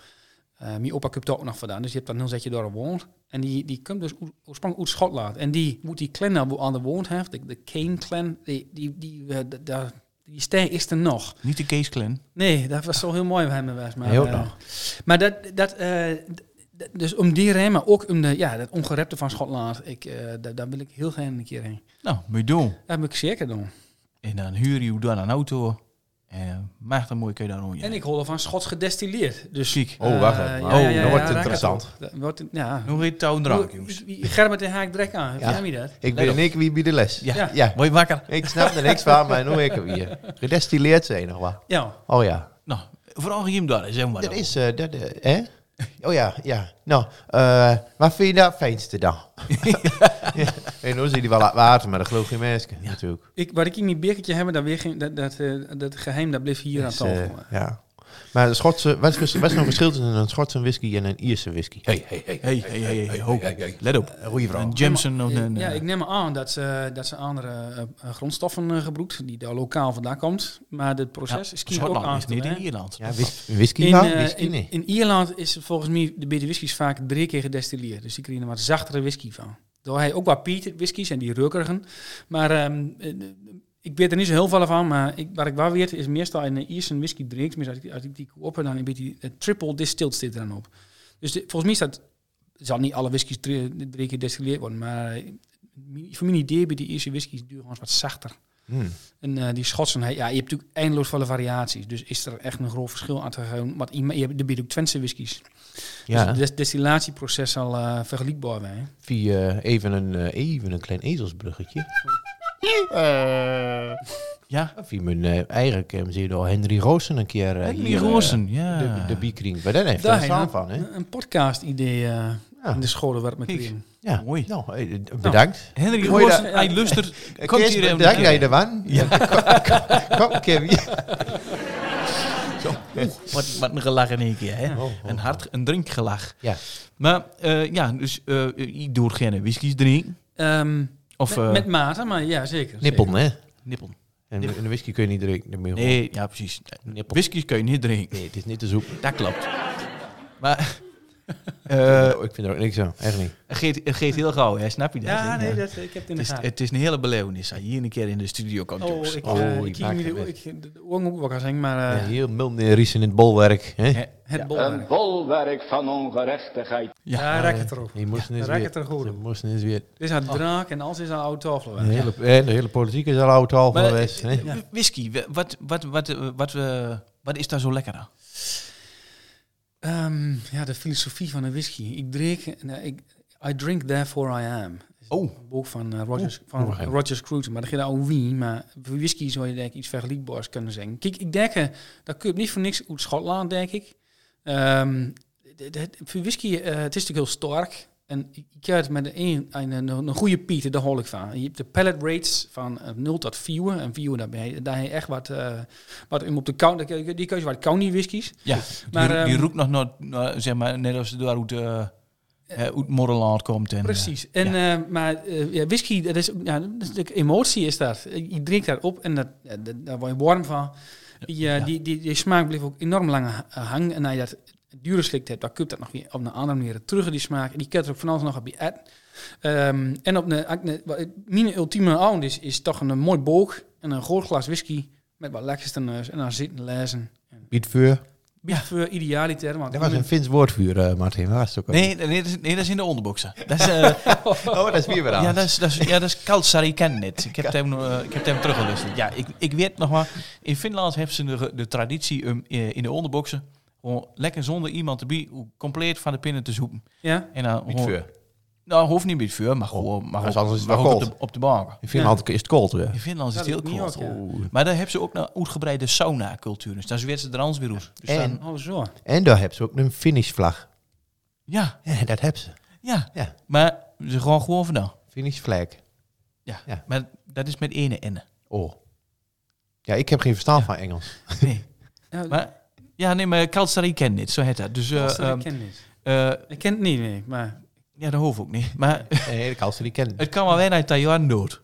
Eh, mijn opa komt daar ook nog vandaan, dus je hebt dan een heel zetje door woont. En die, die komt dus oer- oorspronkelijk uit Schotland. En die moet die clan daar aan de woont heeft, de, de Kane clan, die, die, die, eh, d- daar- die ster is er nog.
Niet de Kees Clan.
Nee, dat was zo heel mooi bij me was. Maar,
Heel
eh,
nog.
maar dat, dat, eh, d- d- dus om die reden, maar ook om de, ja, dat ongerepte van Schotland, ik, eh, da- daar wil ik heel graag een keer heen.
Nou, moet je doen.
Dat moet ik zeker doen.
En dan huur je dan een auto. En maak dan mooi, kun je daar rond.
En ik hoor van Schots gedestilleerd. Dus,
Ziek.
Oh, wacht
eh,
even.
ja,
Oh,
ja, ja,
dat wordt
ja, raak
interessant.
het op. Dat wordt, ja.
Hoe heet touw drank, jongens?
Gerben en Haak drek aan,
Ja.
ja. je dat?
Let
Ik ben
op.
ik wie bij de les.
Ja.
Ja.
ja.
Word je wakker?
Ik snap er niks van, maar nu ik hem hier. Gedestilleerd zijn nog wat.
Ja.
Oh ja.
Nou, vooral hem daar, zeg maar.
Dat
dan.
is, eh, dat, eh, hè? Oh ja, ja. Nou, eh wat vind je dat fijnste dan? ja. En dan zie je wel uit water, maar dat geloof geen mensen natuurlijk.
Ik, wat ik in mijn bekertje heb, dat, weer geen, dat, dat, eh, dat geheim, dat bleef hier
Dus,
aan
eh,
tafel.
ja. Maar de Schotse, wat is, vers- wat is nou het verschil tussen een Schotse whisky en een Ierse whisky? Hey, hey, hey.
Hey, hey, hey, hey, ho. Let op.
Goeie vraag.
Een Jameson of een...
ja,
eh,
ik neem me aan dat ze, dat ze andere eh, eh, grondstoffen eh, gebruikt, die daar lokaal vandaan komt. Maar het
ja,
proces is kies ook
Schotland
aan
is
te
niet in
doen, hè.
Ierland.
Ja, whis- whisky
in,
wel?
eh,
Nou, whisky
in,
nee.
in Ierland is het volgens mij de beter whiskies vaak drie keer gedestilleerd. Dus die krijgen een wat zachtere whisky van. Door hij ook wat peated whiskies en die rukkerigen. Maar ehm, eh, ik weet er niet zo heel veel van. Maar ik, wat ik wel weet is meestal in een Ierse whisky drinkt. Maar als ik, als ik die koop, dan een beetje eh, triple distilled zit er dan op. Dus de- volgens mij is dat... zal niet alle whiskies drie, drie keer destilleerd worden. Maar eh, voor mijn idee bij die Ierse whiskies duur gewoon wat zachter.
Hmm.
En eh, die Schotsen, he- ja, je hebt natuurlijk eindeloos vele variaties. Dus is er echt een groot verschil aan te gaan. Want ima- je hebt de bieden Twentse whiskies.
Ja,
Dus het des- destillatieproces al eh, vergelijkbaar zijn.
via eh, even een, eh, even een klein ezelsbruggetje.
Eh.
Ja,
Via mijn eh, eigen ken ze door Henry Roosen een keer. eh,
die
hier, eh,
rozen. Ja.
De, de biekring. Maar daar heeft
Daar
hij een
heen,
zaal van, hè?
Een, een podcast-idee eh,
Ja.
in de scholen werd met
Kijk.
erin.
Ja.
Mooi.
Nou, eh, eh, bedankt.
Henry
Hoor je
Rozen,
dat?
hij lustert.
Eh,
Komt
Kees,
hier even-
bedankt dat je er was. Kom, kom, Kevin.
Wat, wat een gelach in één keer, hè? Een hard, een drinkgelach.
Ja.
Maar eh, ja, dus eh ik doe geen whiskies drinken.
Ehm,
Of
met,
eh,
met mate, maar ja, zeker.
Nippel,
zeker.
hè?
nippel.
En, en whisky kun je niet drinken. dan moet je gewoon-
Nee, ja, precies.
Nippel.
Whiskies kun je niet drinken.
Nee, het is niet te zoek.
Dat klopt. Maar eh
Oh, ik vind er ook niks aan. Echt niet.
het geeft- het geeft heel gauw, hè? Snap je dat?
Ja,
hè?
nee, dat, eh, ik heb het
Het
in de
is,
gaten.
het is een hele belevenis. als je Hier een keer in de studio komt.
Oh, ik,
Oh, ik
eh, ik
maak
kijk niet
het
hoe
met.
ik de oren ook wel kan zeggen, maar eh,
Ja, heel milde riesen in het bolwerk. Hè?
Ja.
het
Een
bolwerk.
bolwerk van ongerechtigheid.
Ja.
Daar
eh,
raak het erop.
Die moesten eens
raak
weer,
het er goed
die
op.
moesten eens weer.
Dit is haar draak en alles is haar oude tafel.
De hele, eh, de hele politiek is al oud al
Maar,
geweest. hè?
eh, Whisky, we- wat, wat, wat, eh, wat, eh, wat is daar zo lekker aan?
Ehm, ja, de filosofie van de whisky. Ik drink, nou, ik, I drink therefore I am.
Oh.
Een boek van, eh, Rogers, van
Oeh.
Roger Scruton. Maar dat gaat over wie. Maar voor whisky zou je denk ik iets vergelijkbaars kunnen zeggen. Kijk, ik denk, eh, dat kun je niet voor niks uit Schotland, denk ik. Ehm, d- d- voor whisky, eh, het is natuurlijk heel sterk. En ik ik heb het met een, een, een, een goede pieter, daar hol ik van. Je hebt de pallet rates van eh, 0 tot 4. En 4, daar ben je, daar heb je echt wat, eh, wat om op de koude, die kun je- die kun je wat koude whiskies.
Ja,
Maar,
die, die
ehm,
roept nog naar, naar, zeg maar, net als ze daar uit, eh eh, uit Modderland komt. En, eh,
Precies. En, eh, maar eh, ja, whisky, dat is, ook- ja, dat is natuurlijk emotie is dat. Eh, Je drinkt dat op en dat, ja, dat- daar word je warm van. Die, eh, die, die, die smaak blijft ook enorm lang ha- hangen. En als je dat dure slikt hebt, dan kun je dat nog weer op een andere manier terug, die smaak. En die kent er ook van alles nog op je ad. Ehm, en op een, ak- een- wat het- mijn ultieme avond is, is toch een mooi boog en een groot glas whisky met wat lekkers ernaast. En dan zitten lezen.
Bietvuur.
Ja. Voor idealiter, want
Dat was een Fins woordvuur, eh, Martin. Waar is het ook al?
Nee, nee, dat is, nee, dat is in de onderboxen. Dat is, eh,
Oh, dat is weer weer aan.
ja, dat is, dat is, ja, dat is koud sariken net. Ik heb hem, eh, ik heb hem teruggeluisterd. Ja, ik, ik weet nog maar, in Finland hebben ze de, de traditie om, eh, in de onderboxen gewoon lekker zonder iemand erbij compleet van de pinnen te zoeken.
ja,
En dan gewoon-
Bietvuur.
Nou, hoeft niet met vuur, maar gewoon maar
anders
op,
is het
maar
wel
ook op
koud.
de, op de bank.
In Finland is het koud
In
weer.
Finland is het
Ja,
heel
dat doet
koud.
New York,
Maar daar hebben ze ook een uitgebreide sauna-cultuur. Dus daar weten ze er anders weer uit. Dus
En-
dan-
alles Oh, zo.
En daar hebben ze ook een Finnish vlag.
ja,
Ja, dat hebben ze.
ja,
Ja.
Maar ze gewoon gewoon vandaan.
Finnish flag.
Ja.
Ja.
Maar dat is met ene ene.
Oh. Ja, ik heb geen verstand van Engels.
Nee.
Ja,
maar, ja, nee, maar Kalsari kent dit, zo heet dat. Dus, eh,
dat
ehm,
ik ken niet.
eh,
Ik ken het niet, nee, maar...
ja, dat hoeft ook niet. Maar
Nee, ik kan ze niet kennen.
het kan wel weer uit Taiwan dood.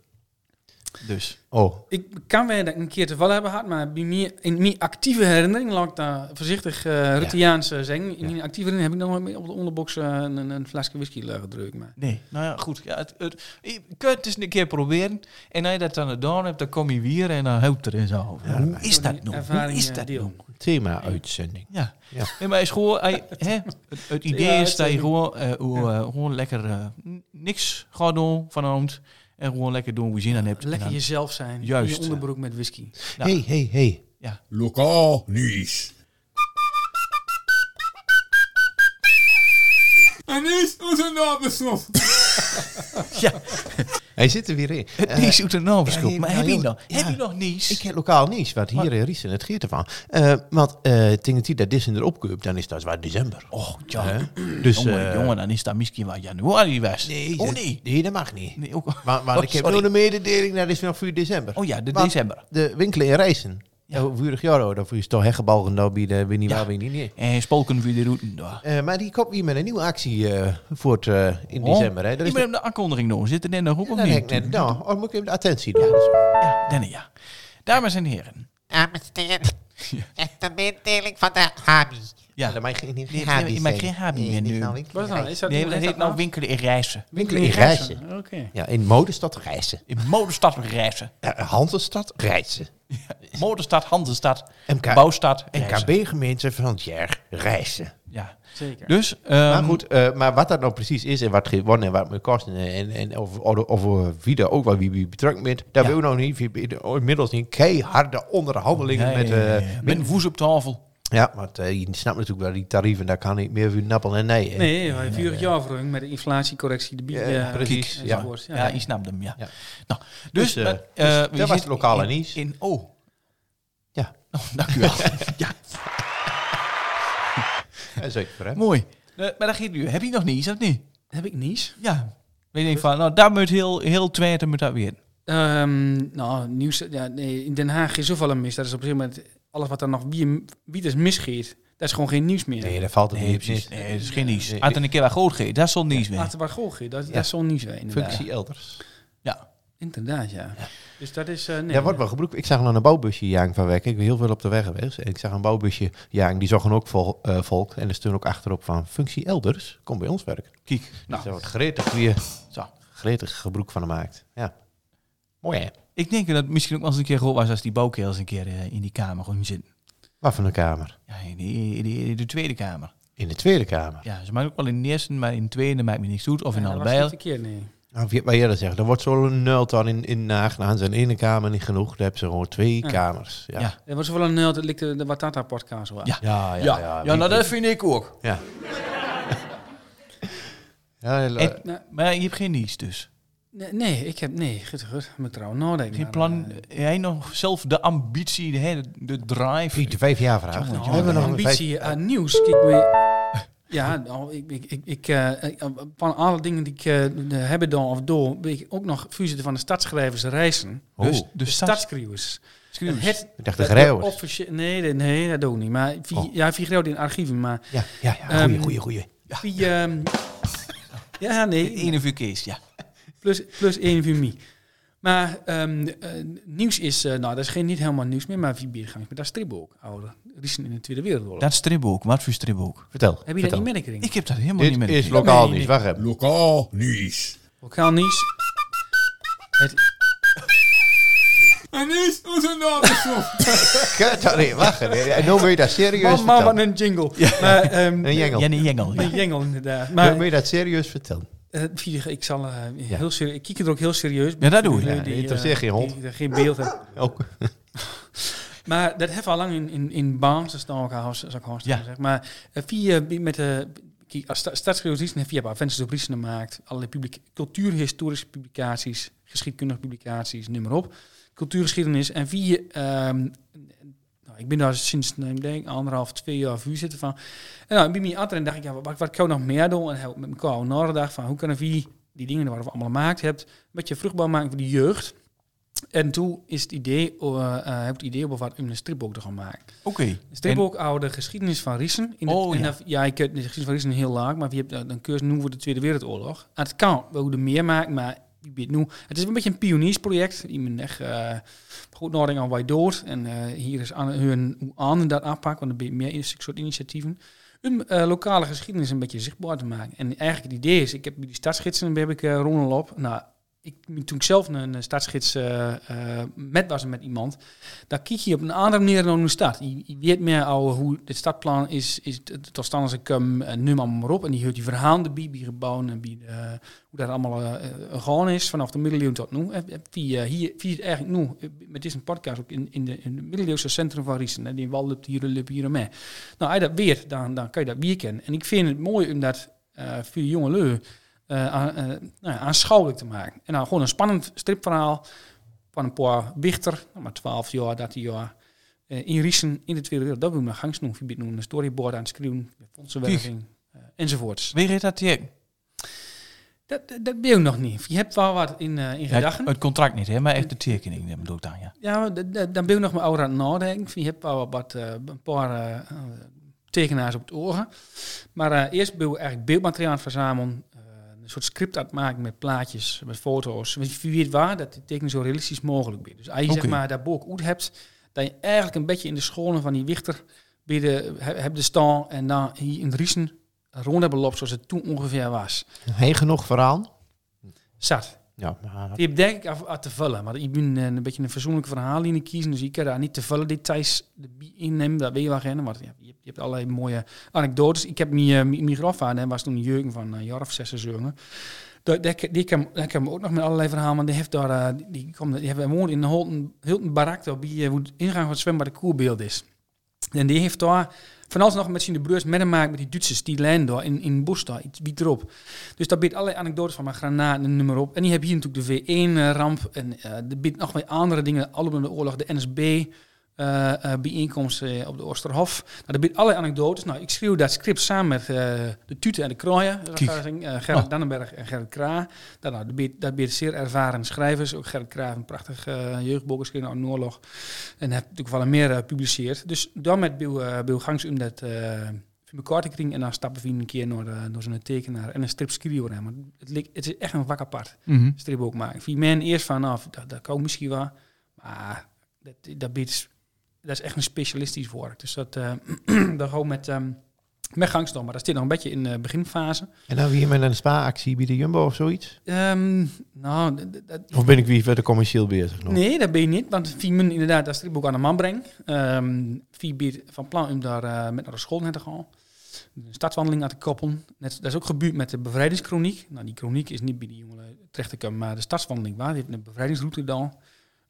Dus.
Oh.
Ik kan mij dat ik een keer te vallen hebben gehad, maar bij mij, in mijn actieve herinnering, laat ik daar voorzichtig eh Ruttiaans eh, zeggen, in
Ja.
mijn actieve herinnering heb ik dan nooit meer op de onderbox eh, een, een, een flesje whisky eh, gedrukt. Maar.
Nee, nou ja, goed. Ja, het, het, je kunt het eens een keer proberen. En als je dat dan gedaan hebt, dan kom je weer en dan helpt er in zo. over. Hoe is dat
Door die
nou? Hoe
ervaring,
is
eh,
dat
deel.
nou?
Thema-uitzending.
Ja.
Ja.
Nee, maar is gewoon, hij- hè, het, het idee
Ja,
is dat je
het-
gewoon, eh, hoe, eh, gewoon lekker eh, n- niks gaat doen vanavond. En gewoon lekker doen hoe je zin aan hebt. En
Lekker
dan-
jezelf zijn,
Juist,
in je onderbroek met whisky.
Ja.
Hey, hey, hey.
Lokaal nieuws.
En is onze nabesnot.
ja,
Hij zit er weer in. Eh,
niets uit de nabeschop.
ja,
maar
ja,
heb je
joh.
nog,
Ja.
heb je nog niets?
Ik heb lokaal nieuws, wat hier in Riesen het geert ervan. Eh, want eh tegen die dat dit in de opkoopt, dan is dat zwaar december.
oh, ja.
Dus,
jongen,
eh,
jongen, dan is dat misschien wel januari was.
Nee,
oh
dat-
nee.
nee, dat mag niet.
Nee, ook-
Maar, maar
Oh,
ik heb
sorry.
nou, nog een mededeling, dat is nog 4 december.
Oh ja, de
Want
december.
De winkelen in Rijssen, Ja. Vuurig jaar, of is toch heggebalgen, nou bij de, bij niet waar, bij niet neer.
En spolken voor de route door.
Eh, maar die komt weer met een nieuwe actie eh, voor het, eh, in
Oh,
december. Hè.
Ik
Dat
ben
is
hem de aankondiging nog. Zit er net nog op of
dan denk
niet?
ik net, nou, oh, moet ik even de attentie doen. Ja.
Ja, Danny, ja. Dames en heren.
Dames en heren, echt de mededeling van de Habi.
Ja,
Maar geen, geen,
Nee,
habies
nee, maar
zijn.
geen habi
Nee,
meer
dit
nu.
nou winkel-
Wat is dat? Is dat
nee,
hoe
dat
heet
heet
dat
nou winkelen in reizen.
in Rijssen.
Oké.
Ja, in modestad reizen.
In modenstad reizen.
Eh, Handelstad reizen.
Modenstad, handelstad,
MK
bouwstad reizen.
MKB-gemeente van het jaar reizen.
Ja.
Zeker.
Dus, ehm,
maar goed, eh, maar wat dat nou precies is en wat het wordt en wat het moet kosten en, en of, of, of wie daar ook wel wie, wie betrokken bent, daar
Ja.
wil nog niet. wie- wie- Inmiddels in keiharde onderhandelingen
ja,
met,
ja, ja,
eh,
ja.
met
met woes op tafel.
Ja, want eh, je snapt natuurlijk wel die tarieven, daar kan niet meer voor nappel en nee. hè.
Nee, wij vurig jaar verhulling met de inflatiecorrectie, de bieden. eh,
Ja, precies, ja.
Ja, je snapt hem, ja.
Ja.
Nou, dus,
Dus, eh,
eh,
dus
eh,
dat
we
was
zitten
het lokale
in-
nieuws.
In, oh,
Ja,
oh, dank u wel. ja,
dat is zeker. Hè?
mooi. Eh, maar dat geeft nu. Heb je nog niets of niet?
Heb ik niets?
Ja. Ik denk van, nou, daar moet heel, heel Twente moet dat weer.
Ehm, nou, nieuws. Ja, nee, in Den Haag is zoveel een mis. Dat is op een gegeven moment alles wat er nog wie, wie is misgeeft. Dat is gewoon geen nieuws meer.
Nee, dat valt het
Nee,
niet.
precies.
Nee.
Nee, dat is geen nieuws.
Nee.
Had een keer wat groot geeft, dat is zo'n nieuws weer.
Laten we maar gooien. Dat, dat is zo'n nieuws weer, inderdaad.
Functie elders.
Ja.
Inderdaad, ja. Dus dat is. eh, nee,
Ja, wordt wel gebruikt. Ik zag al een bouwbusje jagen van werken. Ik ben heel veel op de weg geweest. En ik zag een bouwbusje jagen, die zag ook vol, eh, volk. En er stond ook achterop van, functie elders, kom bij ons werken.
Kijk,
Nou.
nou,
Daar wordt gretig weer,
zo.
gretig gebruik van gemaakt. Ja. Mooi hè?
Ik denk dat het misschien ook wel eens een keer goed was als die bouwkeel eens een keer eh, in die kamer gewoon zit.
Waar van de kamer?
Ja, in, die, in die- in de tweede kamer.
In de tweede kamer.
Ja, ze maken ook wel in de eerste, maar in de tweede maakt me niks uit. Of in
dat was
allebei.
niet verkeerd, nee.
Nou, wie- wat jij dat zegt, er wordt zo'n nul dan in, in Haag. Nou, aan zijn ene kamer niet genoeg. Daar hebben ze gewoon twee kamers. Ja.
Ja.
Er was wel een nul, dat liet de, de Watata-podcast wel.
Ja.
Ja, ja,
Ja,
ja.
ja,
wie-
nou, dat vind ik ook.
ja. Ja, la-
En- maar je hebt geen nieuws dus.
Nee, nee, ik heb... Nee, goed, goed. Moet trouwens nadenken.
Geen
Maar,
plan.
eh,
Jij nog zelf de ambitie, de, hè, de, de drive.
Piet, de vijf jaar vraag.
Jongen,
Hebben we nog een vijf-
nou, eh, ambitie aan nieuws. Kijk, we, ja, nou, ik, ik, ik, ik, eh, ik, eh, van alle dingen die ik eh, hebben heb dan of door, ben ik ook nog fusie van de stadsschrijvers reizen.
Oh,
Dus de
De
stads-
stadsschrijvers.
Excuse.
Het,
ik dacht de Greeuwers.
officie- nee, nee, nee, dat doe ik niet. Maar vi,
Oh.
ja, vier Greeuwen in archieven, maar
Ja, ja, ja. Goeie,
Ehm,
goeie, goeie.
die, ehm, ja,
De
nee,
ene vuur Kees, ja.
plus, plus één voor mij. Maar ehm, eh, nieuws is, eh, nou, dat is geen, niet helemaal nieuws meer, maar vier biergangers, maar dat stribben ook, oude. Riesen in de Tweede Wereldoorlog.
Dat stripboek. Wat voor stripboek?
Vertel.
Heb je dat
vertel.
niet merkering?
Ik heb dat helemaal niet
Dit
meer.
is
gekregen.
lokaal
Nee,
nieuws.
nee.
Wacht even.
Lokaal nieuws.
Lokaal nieuws. Het,
Kut, nee, wacht even. En nu moet nou, je dat serieus
Oh, man, man,
vertellen.
wat een jingle. Maar, ehm,
Een jengel.
Jenny Jengel. ja.
een jingle inderdaad.
Nu
Maar
moet Nou, je dat serieus vertellen.
eh, vier- ik zal eh,
Ja.
heel serieus, ik kijk er ook heel serieus bij.
Ja, dat doe ik.
Voor
Ja,
jullie
dat interesseert
eh,
geen hond.
die er geen beeld hebben.
Ook.
Maar dat hebben we al lang in, in, in Baans, dat is nou ook al, zou ik haast
Ja.
zeggen. Maar eh, via met de kijk, als sta- stadsgeologische heeft via Avengers op Riesen gemaakt, allerlei public, cultuurhistorische publicaties, geschiedkundige publicaties, noem maar op, cultuurgeschiedenis en via ehm, nou, ik ben daar sinds nou, ik denk anderhalf, twee jaar vuur zitten van. En nou, bij mijn achter en dacht ik, ja, wat, wat kan ik nog meer doen? En heb ik met elkaar al nagedacht van hoe kunnen we die dingen waar we allemaal gemaakt hebt, een beetje vruchtbaar maken voor de jeugd. En toen is het idee, eh eh, heb ik het idee op wat om een stripboek te gaan maken.
Oké.
Een stripboek oude geschiedenis van Riesen. In het-
Oh,
en
ja.
dat- ja, ik heb de geschiedenis van Riesen heel laag, maar je hebt eh, een cursus nu voor de Tweede Wereldoorlog. En het kan, we moeten meer maken, maar ik weet nu. Het is een beetje een pioniersproject. Iemand echt eh, goed nadenken aan wij dood. En eh, hier is aan, hun, hoe aan dat aanpak, want er ben je meer in soort initiatieven. Om eh, lokale geschiedenis een beetje zichtbaar te maken. En eigenlijk het idee is, ik heb bij die stadsgidsen, daar heb ik eh Ronald op. Nou, ik, toen ik zelf een eh, stadsgids eh, eh, met was met iemand, dan kijk je op een andere manier naar de stad. Je, je weet meer al hoe dit stadplan is, is t- tot stand als ik ehm, hem nu maar maar op. En je hoort die verhalen erbij, bij gebouwen en bij, eh, hoe dat allemaal eh eh, gewoon is vanaf de middeleeuwen tot nu. En- en Die, eh, hier, die is eigenlijk nu, eh, met deze podcast ook in, in, de, in het middeleeuwse centrum van Riesen. En die wal loopt hier, loopt hier en mee. Nou, als je dat weet, dan, dan kan je dat weer kennen. En ik vind het mooi omdat eh voor jonge lui eh, aan- eh, nou ja, aanschouwelijk te maken. En dan gewoon een spannend stripverhaal van een paar wichter, nou maar 12 jaar, 13 jaar, eh, in Riesen, in de Tweede Wereld. Dat wil ik maar gangs noemen, verbied noemen, een storyboard aan het schreeuwen, fondsenwerving, eh, enzovoorts.
Wie reed dat hier?
Dat, dat, dat ben je ook nog niet. Je hebt wel wat in, eh, in
Ja, het,
gedachten.
het contract niet, hè, maar echt de tekening dat bedoel ik dan, ja.
Ja, maar dat- dat- dan ben ik nog maar ouder aan het nadenken. Je hebt wel wat, eh, een paar eh, eh, tekenaars op het oren. Maar eh, eerst ben ik eigenlijk beeldmateriaal aan het verzamelen. eh, een soort script aan het maken met plaatjes, met foto's. Want je weet waar dat de tekening zo realistisch mogelijk is. Dus als je
Oké.
zeg maar daar boek uit hebt, dat je eigenlijk een beetje in de scholen van die wichter bij de, he- hebt de staan en dan hier in Riesen rond hebben lopen zoals het toen ongeveer was.
Heen genoeg verhaal.
Zat.
Ja, maar
Die heb denk ik af, af te vullen. Maar ik ben eh, een beetje een verzoenlijke verhaallijnen kiezen. Dus ik kan daar niet te vullen details erbij innemen. Dat weet je wel geen. Want je, hebt- je hebt allerlei mooie anekdotes. Ik heb mijn uh, microfoon. Hij was toen een jeugd van eh, een jaar of zes zeven. Da- daar kan- Die kan daar kan ook nog met allerlei verhalen. Maar die heeft daar... eh, die- die, komt, die hebben gewoond in een Holten, Hilton barak. Daar bij eh, hoe de ingang van het zwembad de koerbeeld is. En die heeft daar van alles nog met zijn broers met maken met die Duitsers. Die lijn daar in, in Bos daar. Iets wie erop. Dus daar biedt allerlei anekdotes van mijn granaten en noem maar op. En die hebben hier natuurlijk de V1-ramp. En eh er biedt nog weer andere dingen. Allemaal in de oorlog, de NSB-bijeenkomst eh, op de Oosterhof. Nou, daar biedt allerlei anekdotes. Nou, ik schreeuw dat script samen met eh, de Tute en de Krooien.
Kiek.
eh Gerrit Dannenberg en Gerrit Kraa. Dat, nou, dat biedt- dat biedt zeer ervaren schrijvers. Ook Gerrit Kraa heeft een prachtig eh jeugdboek geschreven aan de oorlog. En heeft natuurlijk wel meer eh, gepubliceerd. Dus dan met Bill, eh, Bill Gangs om dat... eh, voor elkaar te krijgen. En dan stappen we een keer naar, de, naar zo'n tekenaar en een strip scribo Maar het, leek- het is echt een wakker apart strip ook maken. Vind men eerst vanaf, dat, dat kan misschien wel. Maar dat, dat, biedt, dat is echt een specialistisch woord. Dus dat, eh dat gewoon met, ehm met gangs dan. Maar dat zit nog een beetje in de beginfase.
En dan weer met een spaaractie bij de Jumbo of zoiets?
Ehm, nou, d- d- dat,
Of ben ik weer verder commercieel bezig nog?
Nee, dat ben je niet. Want wie men inderdaad dat stripboek aan de man brengt. Ehm wie biedt van plan om daar eh, met naar de school net te gaan. Een stadswandeling aan te koppelen. Net, dat is ook gebeurd met de bevrijdingskroniek. Nou, die kroniek is niet bij die jongen eh, terecht te komen, maar de stadswandeling waar. Die heeft een bevrijdingsroute gedaan.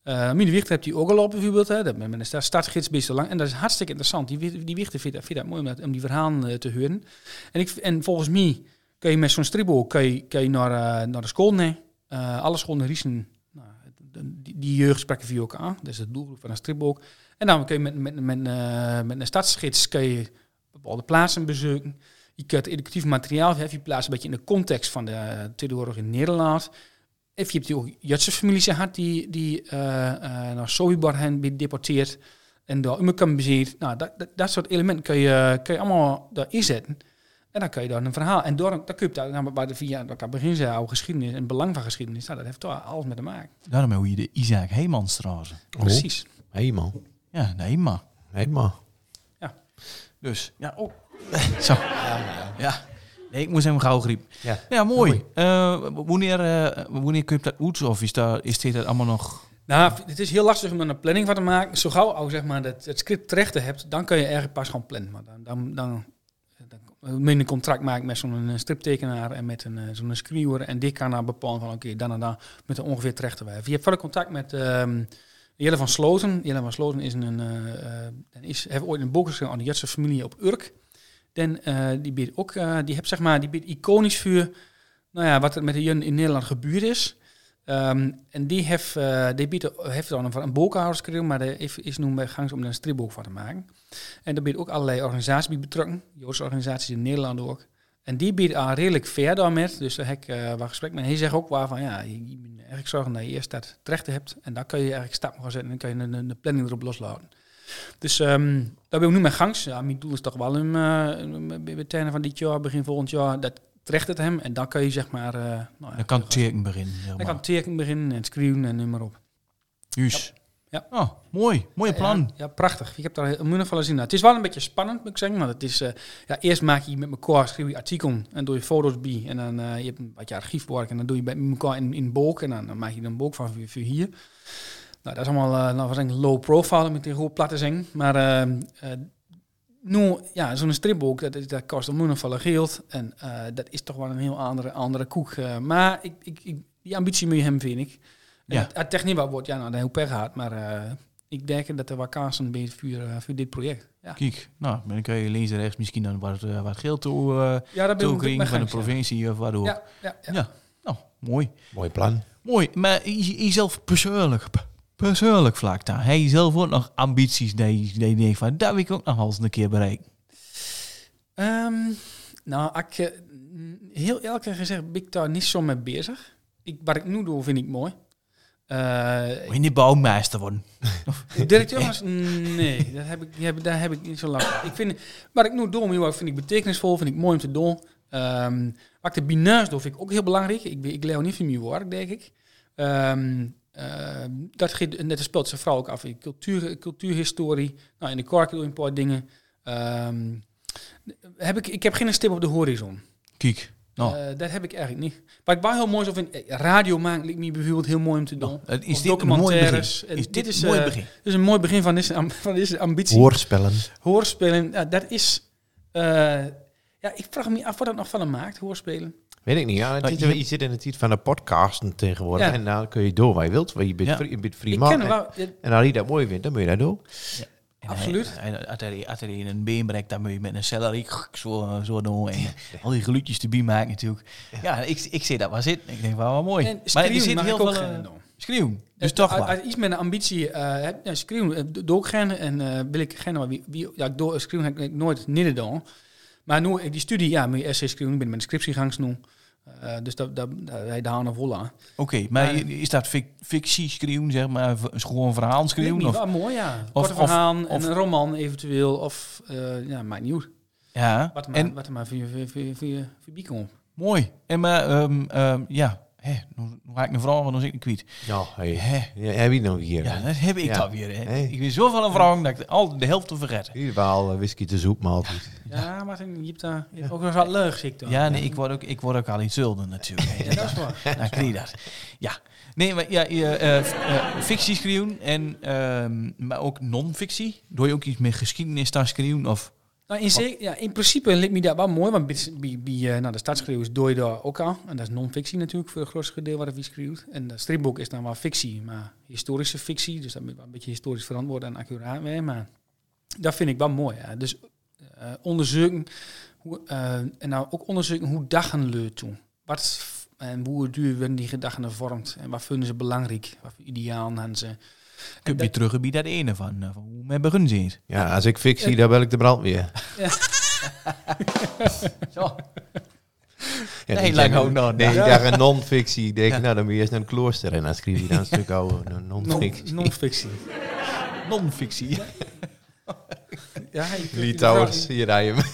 Eh Mine Wichter heeft die ook al op bijvoorbeeld. Hè. Dat, met een sta- stadsgids best lang. En dat is hartstikke interessant. Die, wi- die Wichter vindt dat, vindt dat mooi om, dat- om die verhalen eh, te horen. En, ik, v- en volgens mij kun je met zo'n stripboek kun je, kun je naar, eh, naar de school. Nee. Eh, alle scholen in Riesen nou, de- die, die jeugd spreken via elkaar aan. Dat is het doelgroep van een stripboek. En dan kun je met, met, met, eh, met een stadsgids kun je bepaalde plaatsen bezoeken. Je kunt educatief materiaal hebben. Je plaatst een beetje in de context van de eh, Tweede Oorlog in Nederland. Of je hebt die ook Joodse families gehad die, die eh, eh, naar Sobibor hen gedeporteerd. En daar om elkaar bezit. Nou, dat, dat, dat soort elementen kun je, kun je allemaal daar inzetten. En dan kun je daar een verhaal. En door, dan kun je daar, nou, bij de via, dat begin zei, oude geschiedenis en het belang van geschiedenis. Nou, dat heeft daar alles mee te maken.
Daarom hoe je de Isaac Heemanstraat.
Precies.
Helemaal.
Ja, de Heema.
Helemaal.
Dus, ja, oh. Zo. Ja. Nee, ik moest hem gauw griep. Nou
Ja.
Ja, mooi. Eh, wanneer, eh, wanneer kun je dat uit? Of is, daar, is dit dat allemaal nog...
Nou, het is heel lastig om er een planning van te maken. Zo gauw al zeg maar, dat het script terecht hebt, dan kun je eigenlijk pas gaan plannen. Maar dan, dan, dan, dan moet je een contract maken met zo'n eh, striptekenaar en met een, eh, zo'n screwer. En die kan dan bepalen van oké, dan en dan met er ongeveer terecht te wijven. Je hebt verder contact met ehm, Jelle van Sloten. Jelle van Sloten is een, eh, eh, is, heeft ooit een boek geschreven aan de Jetse familie op Urk. Den, eh, die biedt ook, eh, die hebt zeg maar, die biedt iconisch vuur, nou ja, wat er met de Jun in Nederland gebeurd is. Ehm, en die heeft, eh, die biedt, heeft dan een, een boekhouders gekregen, maar daar is, is nu bij gangs om er een stripboek van te maken. En daar biedt ook allerlei organisaties bij betrokken, Joodse organisaties in Nederland ook. En die biedt aan redelijk ver daarmee, dus daar heb ik eh wat gesprek met. En hij zegt ook waarvan, ja, je, je moet eigenlijk zorgen dat je eerst dat terecht hebt. En dan kun je eigenlijk stappen gaan zetten en dan kun je een, een- een planning erop loslaten. Dus ehm daar ben ik nu met gangs. Ja, mijn doel is toch wel om eh, bij het einde van dit jaar, begin volgend jaar, dat terecht het hem. En dan kun je zeg maar... eh, nou ja,
Dan kan het teken beginnen. zeg
dan
maar.
kan teken beginnen en screenen en noem maar op.
Juus.
Ja.
Oh, mooi. Mooie plan.
Ja, ja, prachtig. Ik heb daar een muur van laten zien. Nou, het is wel een beetje spannend, moet ik zeggen. Want het is, eh, ja, eerst maak je met elkaar, schrijf je artikel en doe je foto's bij. En dan eh je hebt een beetje archiefwerk en dan doe je met elkaar in, in bulk. En dan, dan maak je er een bulk van voor, voor hier. Nou, dat is allemaal, eh laten we zeggen, low profile, om het in goed plat te zeggen. Maar eh, eh, nu, ja, zo'n stripboek, dat, is- dat kost een miljoen van geld. En eh, dat is toch wel een heel andere, andere koek. eh. maar ik, ik, ik, die ambitie moet je hem, vind ik. En
Ja.
Het, het technisch wat wordt, ja, nou, dat heel per gaat. Maar eh, ik denk dat er wel kansen bij voor, eh, voor dit project. Ja,
Kijk, nou, dan kun je links en rechts misschien dan wat, eh, wat geld toe, eh,
ja dat
toe
ik
krijgen
met
van de
Gijs, ja.
provincie of waardoor.
Ja, ja, ja.
Ja. Nou, mooi.
Mooi plan.
Mooi, maar je- jezelf persoonlijk, p- persoonlijk vlak daar. Heb je zelf ook nog ambities die die je denkt van, dat wil ik ook nog wel eens een keer bereiken.
Ehm, Nou, ik eh, n- heel eerlijk gezegd ben ik daar niet zo mee bezig. Ik, wat ik nu doe, vind ik mooi. Eh,
Moet je niet bouwmeester worden?
Directeur was... Nee, dat heb ik, die heb, daar heb ik niet zo lang. Ik vind, wat ik nu doe, heel erg vind ik betekenisvol, vind ik mooi om te doen. Ehm, wat ik de binaars doe, vind ik ook heel belangrijk. Ik, ben- ik leer niet van mijn werk, denk ik. Ehm, ehm, dat, geeft- en dat speelt zijn vrouw ook af. in Cultuur, cultuurhistorie. Nou, in de kerk doe ik een paar dingen. Ehm, heb ik, ik heb geen stip op de horizon.
Kijk. Nou,
Eh, dat heb ik eigenlijk niet. Wat ik wel heel mooi zo vind, eh, radio maken lijkt me bijvoorbeeld heel mooi om te doen.
Nou, Oh, het
Of
is dit een mooi begin?
documentaires.
Is
En
dit,
dit is,
een mooi
eh,
begin?
dus een mooi begin van deze, am- van deze ambitie.
Hoorspellen.
Hoorspelen, ja, dat is... eh, ja, ik vraag me af wat dat nog van hem maakt, hoorspelen.
Weet ik niet. Ja, het
Nou,
is-
je-
je zit in het titel van de podcasten tegenwoordig.
Ja.
En dan kun je door waar je wilt. Want je bent,
Ja.
free, je bent free
Ik
man.
ken hem
En-
wel. eh,
En als je dat mooi vindt, dan moet je dat doen.
En hij-
Absoluut.
hij- Als hij als hij in een been breekt, dan moet je met een celery zo, zo doen. En al die geluidjes te bij maken natuurlijk. Ja, ik, ik zie dat wel zitten. Ik denk, wel, wel mooi.
En schreeuwen mag eh, ik ook
eh,
geen doen.
schreeuwen. Dus
eh,
toch
als-
wel.
als Iets met een ambitie. eh heb, ja, schreeuwen eh, doe doe ik geen. En eh, wil ik geen. Maar wie, wie, ja, ik doe, schreeuwen heb ik nooit niet gedaan. Maar nu, eh, die studie, ja, mijn essay schreeuwen. Ik ben met een scriptiegangs nu. Eh, dus dat, dat, dat rijd daar nog vol aan.
Oké, maar
Maar-
is dat fic- fictie schreeuwen, zeg maar? v- is Gewoon verhaal
Lijkt
schreeuwen?
me
Of,
wel mooi, ja.
of-
Korte verhaal,
of-
een roman eventueel. Of, eh ja, maakt niet uit.
ja,
Wat er maar,
en
wat er maar voor je, voor je, voor je, voor je, voor je biek komt.
mooi. En maar, ehm, ehm, ja, hè, nu nu ga ik een vrouw, want dan zit ik niet kwijt.
Ja, Nou, hey.
Hè.
Ja, heb je het nog hier?
Ja, dat heb ik
Ja.
dan weer. Hè.
Hey.
Ik ben zo van een vrouw dat ik altijd de helft te vergeten.
In ieder geval eh, whisky te zoep, maar altijd.
Ja, maar dan, je hebt daar je hebt ook wel wat leuk, zie ik dan.
Ja, nee, ik word ook, ik word ook al iets zulden natuurlijk. hè.
Ja, dat is waar.
Nou, krijg je dat. Ja. Nee, maar ja, je, eh, f- eh, fictie schreeuwen en ehm, maar ook non-fictie. Doe je ook iets met geschiedenis daar schreeuwen? Of,
Nou, in, zek- ja, in principe lijkt me dat wel mooi, want bij, bij, bij, eh, nou, de stadsschreeuw is dooi daar ook al. En dat is non-fictie natuurlijk, voor het grootste gedeelte wat er schreeuwt. En de stripboek is dan wel fictie, maar historische fictie. Dus dat moet wel een beetje historisch verantwoord en accuraat zijn. Maar dat vind ik wel mooi. Ja. Dus eh, onderzoeken, hoe, eh, en nou ook onderzoeken hoe dagen leurt toen. Wat f- en hoe duur werden die gedachten vormt en wat vinden ze belangrijk, wat voor ideaal hebben ze.
kun je
dat-
terug bij dat ene van, eh, van hoe men begonnen is.
Ja, als ik fictie, dan bel ik de brandweer.
Zo.
Ja,
Nee,
ik
lang
dacht-
ook nog,
Nee,
ja.
ik dacht een non-fictie. Ik denk, nou, dan moet je eerst naar een klooster. En dan schreef je dan een stuk oude non-
Non-
non-fictie.
Non-fictie.
Non-fictie.
ja, ik-
Lee Towers, hier rij je hem.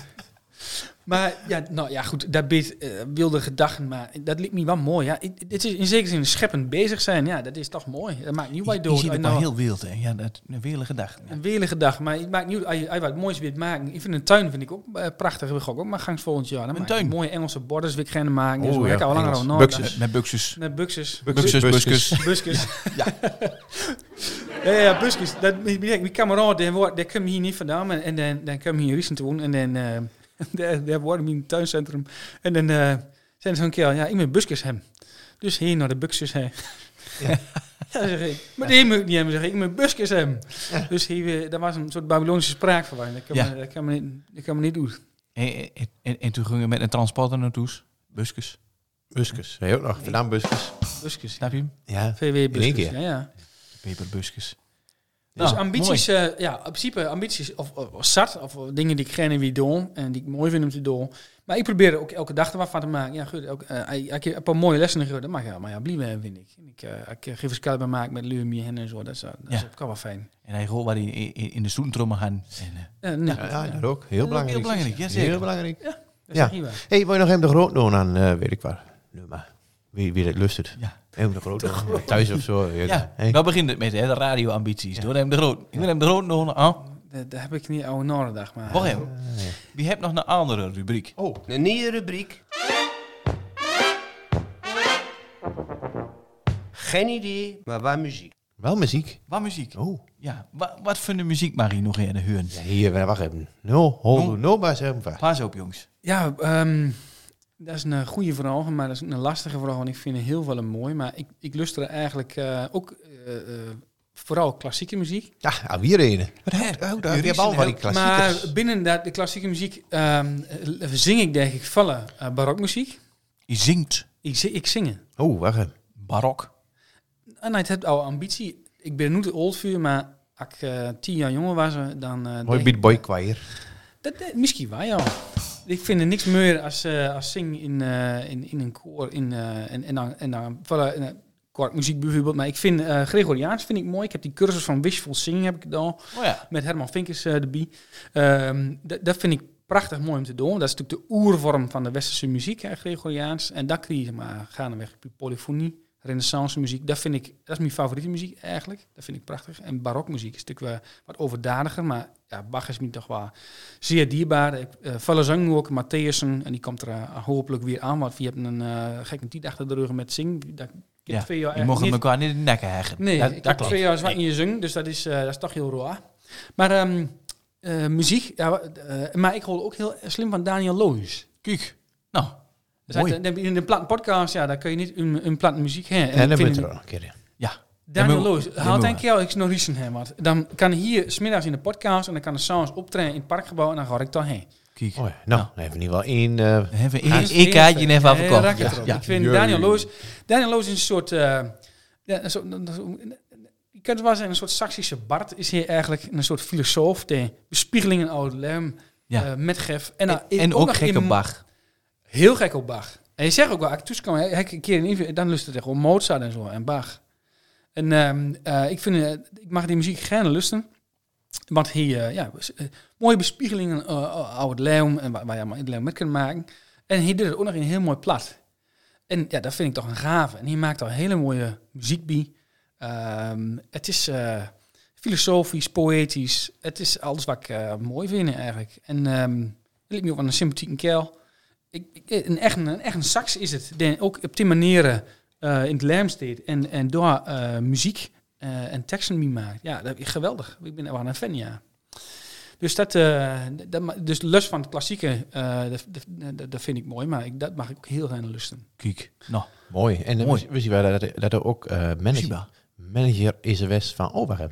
Maar ja, nou ja, goed, dat biedt eh, wilde gedachten, maar dat liep me wel mooi. Ja, Ik- dit is in zekere zin scheppend bezig zijn. Ja, dat is toch mooi. Dat maakt niet uit wat je
Die
doet.
zit
Als
ook
je
wel
nou
heel wild, hè? Ja, dat een wilde gedachte. Ja.
Een welige dag, maar het maakt niet uit als je, als je wat moois wilt maken. Ik vind een tuin vind ik ook eh, prachtig. We gaan ook maar gangs volgend jaar. Dan maak ik
tuin?
Mooie Engelse borders wil ik gaan maken.
Oh
dus we
ja,
hebben al langer
Engels.
al nodig.
Buxus.
Met buxus.
Met buxus.
Buxus, buskus.
Buskus. Ja, ja, buskus. Dat, mijn, mijn kameraad, die, wordt- die komt hier niet vandaan. En, en dan, dan komt hier in Riesen te wonen. En dan eh, daar- daar wordt mijn tuincentrum. En dan eh, zijn ze zo'n keer, ja, ik ben buskus hem. Dus hier naar de buskus hem. Ja. zeg ik. Maar die moet ik niet hebben, zeg ik. Ik ben buskus hem. Dus hier, weer- dat was een soort Babylonische spraakverwarring. Dat kan,
Ja.
me, dat kan, me, niet- dat kan me niet doen.
En, en, en, en toen gingen we met een transporter naartoe. Buskus.
Buskus. Hey, ook nog. Vandaan buskus.
Buskus.
Snap je hem?
Ja.
VW buskus,
keer.
ja, ja.
Peperbuskus.
Dus
Nou,
ambities, eh, ja, in principe ambities of, of, of zat, of dingen die ik geen wie doen en die ik mooi vind om te doen. Maar ik probeer er ook elke dag er wat van te maken. Ja, goed, ook, eh, ik- ik heb een paar mooie lessen gehoord, dat mag ja, maar ja, blijven, vind ik. Ik, eh ik eh, geef eens bij maken met Lumie en zo, dat is, eh, dat is
Ja.
ook wel fijn.
En hij gewoon waar hij in, in- in de stoentrommen gaan. En, eh,
Eh, nou,
Ja, ja, dat ook. Heel
ook
belangrijk.
heel belangrijk, ja, zeker.
Heel belangrijk.
dat is
ja.
niet waar.
Hé, hey, wil je nog even de groot doen aan, eh, weet ik waar. Nu maar. Wie, wie dat lust het.
Ja.
Even de groot doen. Thuis of zo.
ja,
Hey.
daar begint het met, hè? De radioambities. Door hem de groot. Ik wil hem de groot doen. Oh,
Dat, dat eh, heb ik niet oude Noordendag, maar...
wacht even. Wie hebt nog een andere rubriek?
Oh, een nieuwe rubriek.
Geen idee, maar waar muziek.
Wel muziek.
Wat muziek?
Oh.
Ja, wa- wat voor de muziek mag je nog eerder huren?
Ja, hier, eh, wacht even. No, hold
No.
no, maar zeg hem vast.
Pas op, jongens.
Ja, ehm, dat is een goede vraag, maar dat is ook een lastige vraag. Want ik vind er heel veel mooi, maar ik, ik luister eigenlijk eh, ook eh, eh, vooral klassieke muziek.
Ja, nou, weer een. Wat houdt
hè? Jullie
houdt dat? Je hebt al
zijn
van
heel-
die klassiekers.
Maar eh, binnen dat, de klassieke muziek ehm, zing ik denk ik vallen Eh, barokmuziek.
Je zingt
Ik, zi- ik zingen.
Oh, wacht even.
barok.
En het hebt oude ambitie. Ik ben nu te old voor, je, maar als ik eh, tien jaar jonger was, eh, dan... eh,
Mooi beat
denk-
boy choir.
dat, dat- misschien wel, ja. ik vind er niks meer als, eh, als zing in, eh, in, in een koor. In, eh, en, en dan, en dan voilà, in een koormuziek bijvoorbeeld. Maar ik vind eh, Gregoriaans vind ik mooi. Ik heb die cursus van Wishful Singing heb ik gedaan.
Oh ja.
Met Herman Vinkers eh erbij. Ehm, d- dat vind ik prachtig mooi om te doen. Dat is natuurlijk de oervorm van de westerse muziek, hè, Gregoriaans. En dat krijg je maar gaandeweg. Polyfonie, renaissance muziek. Dat, vind ik, dat is mijn favoriete muziek eigenlijk. Dat vind ik prachtig. En barokmuziek is natuurlijk wel wat overdadiger. Maar ja, Bach is me toch wel zeer dierbaar. Ik eh vele zang ook, Matthäusen. En die komt er eh, hopelijk weer aan. Want we hebben een eh, gekke tijd achter de rug met zingen. Dat ik heb
Ja,
twee jaar
Je
echt
mocht
niet-
elkaar niet in de nekken heggen.
Nee,
dat,
ik
dat
heb
klopt.
twee jaar zwart in je zung, dus dat is, eh, dat is toch heel raar. Maar ehm, eh, muziek, ja, wa- eh, maar ik hoor ook heel slim van Daniel Loos.
Kijk, nou,
Dus dat- In de platte podcast, ja, daar kun je niet een, een platte muziek hebben.
En dan
ik
moet er
vind het-
ook nog een keer in.
ja.
Daniel
Ja, maar-
Loos,
ja,
haal
maar-
denk ik al iets nog recent heen, want dan kan hij hier smiddags in de podcast en dan kan de sounds optreden in het parkgebouw en dan ga ik daarheen.
Kijk.
Oh ja, nou, dan hebben we in ieder geval één... eh,
Even
Ja,
één één kaartje en even
ja, ja,
afkomen.
raak het erop.
Ja.
Ik vind
Jee.
Daniel Loos... Daniel Loos is een soort... eh, ja, een soort- een- een- je kunt het wel zeggen, een soort Saksische Bart is hier eigenlijk een soort filosoof die bespiegelingen uit Lem
Ja.
eh, metgeeft. En, dan
En ook
nog
gekke
in-
Bach.
Heel gek op Bach. En je zegt ook wel, toen kwam hij hij- een keer in een interview, dan lust het echt gewoon Mozart en zo en Bach. En ehm, eh, ik vind, eh, ik mag die muziek gerne lusten. Want hier, eh, ja, was, eh, mooie bespiegelingen eh, eh, oude Leeuw en waar, waar je allemaal in het Leeuw met kunt maken. En hij deed het ook nog in heel mooi plat. En ja, dat vind ik toch een gave. En hij maakt al hele mooie muziek bij. Ehm, het is eh, filosofisch, poëtisch. Het is alles wat ik eh, mooi vind eigenlijk. En ehm het lijkt me ook wel een sympathieke kerel. Ik, ik- een, echt, een echt een sax is het. Die ook op die manieren eh, in het lijm steekt. En, en door eh, muziek eh, en teksten mee maakt. Ja, dat is geweldig. Ik ben er wel een fan, ja. Dus, dat, eh, dat, ma- dus lust van het klassieke, eh, dat, dat, dat vind ik mooi. Maar ik, dat mag ik ook heel graag lusten.
Kijk, nou,
Mooi. En dan
Mooi.
we zien wel dat, dat er ook eh, manager,
Shiba.
manager is er west van Oh, Overhem.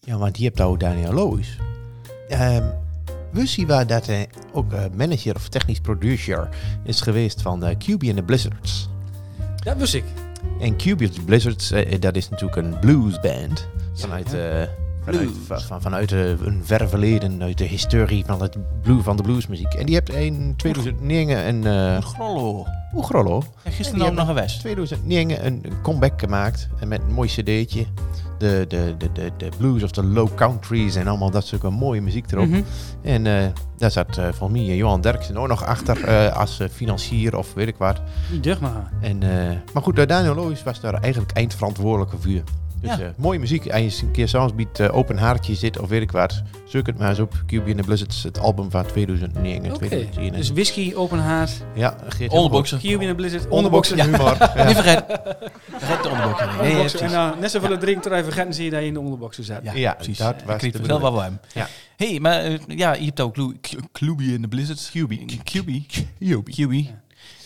Ja, want die hebt ook Daniel Loos. Ehm we zien wel dat hij ook eh, manager of technisch producer is geweest van eh QB en de Blizzards.
Dat wist ik.
En Cubits Blizzards, eh, eh, dat is natuurlijk een bluesband. Vanuit, eh, vanuit, va- van- vanuit eh, een ver verleden, uit de historie van, het blue, van de bluesmuziek. En die hebt in 2009 een... eh
Grollo.
Oegrollo.
Ja,
En
Gisteren
die
ook nog geweest.
2009 een een comeback gemaakt. En met een mooi cd'tje. De, de, de, de, de blues of de low countries en allemaal dat soort mooie muziek erop.
Mhm.
En eh, daar zat eh volgens mij eh, Johan Derksen ook nog achter eh, als eh, financier of weet ik wat.
Niet deug maar.
En, eh, maar goed, eh, Daniel Loos was daar eigenlijk eindverantwoordelijke vuur. Dus
Ja.
eh, mooie muziek. Hij is een keer soms biedt eh, Open Haartje zit of weet ik wat. Zoek het maar eens op. QB and the Blizzards, het album van 2009 en
Oké,
2010.
dus whisky, open haard,
ja, Geert
Oldboxen.
Cube in de Blizzard,
Onderboxen
onderboxen.
humor. Ja.
Ah, Niet vergeten. Vergeet de onderboxen. niet. Nee,
Onderboxen.
precies.
en dan net zoveel ja. drink terwijl je vergeten zie je dat je in de onderboxen zat.
Ja,
Ja,
precies.
dat
Dat
was
was het
de
wel
bedoeling.
wel warm.
Ja.
hey, maar eh, ja, je hebt ook Clu- Clu- Clubie in de Blizzard. Clubie. Clubie. Clubie.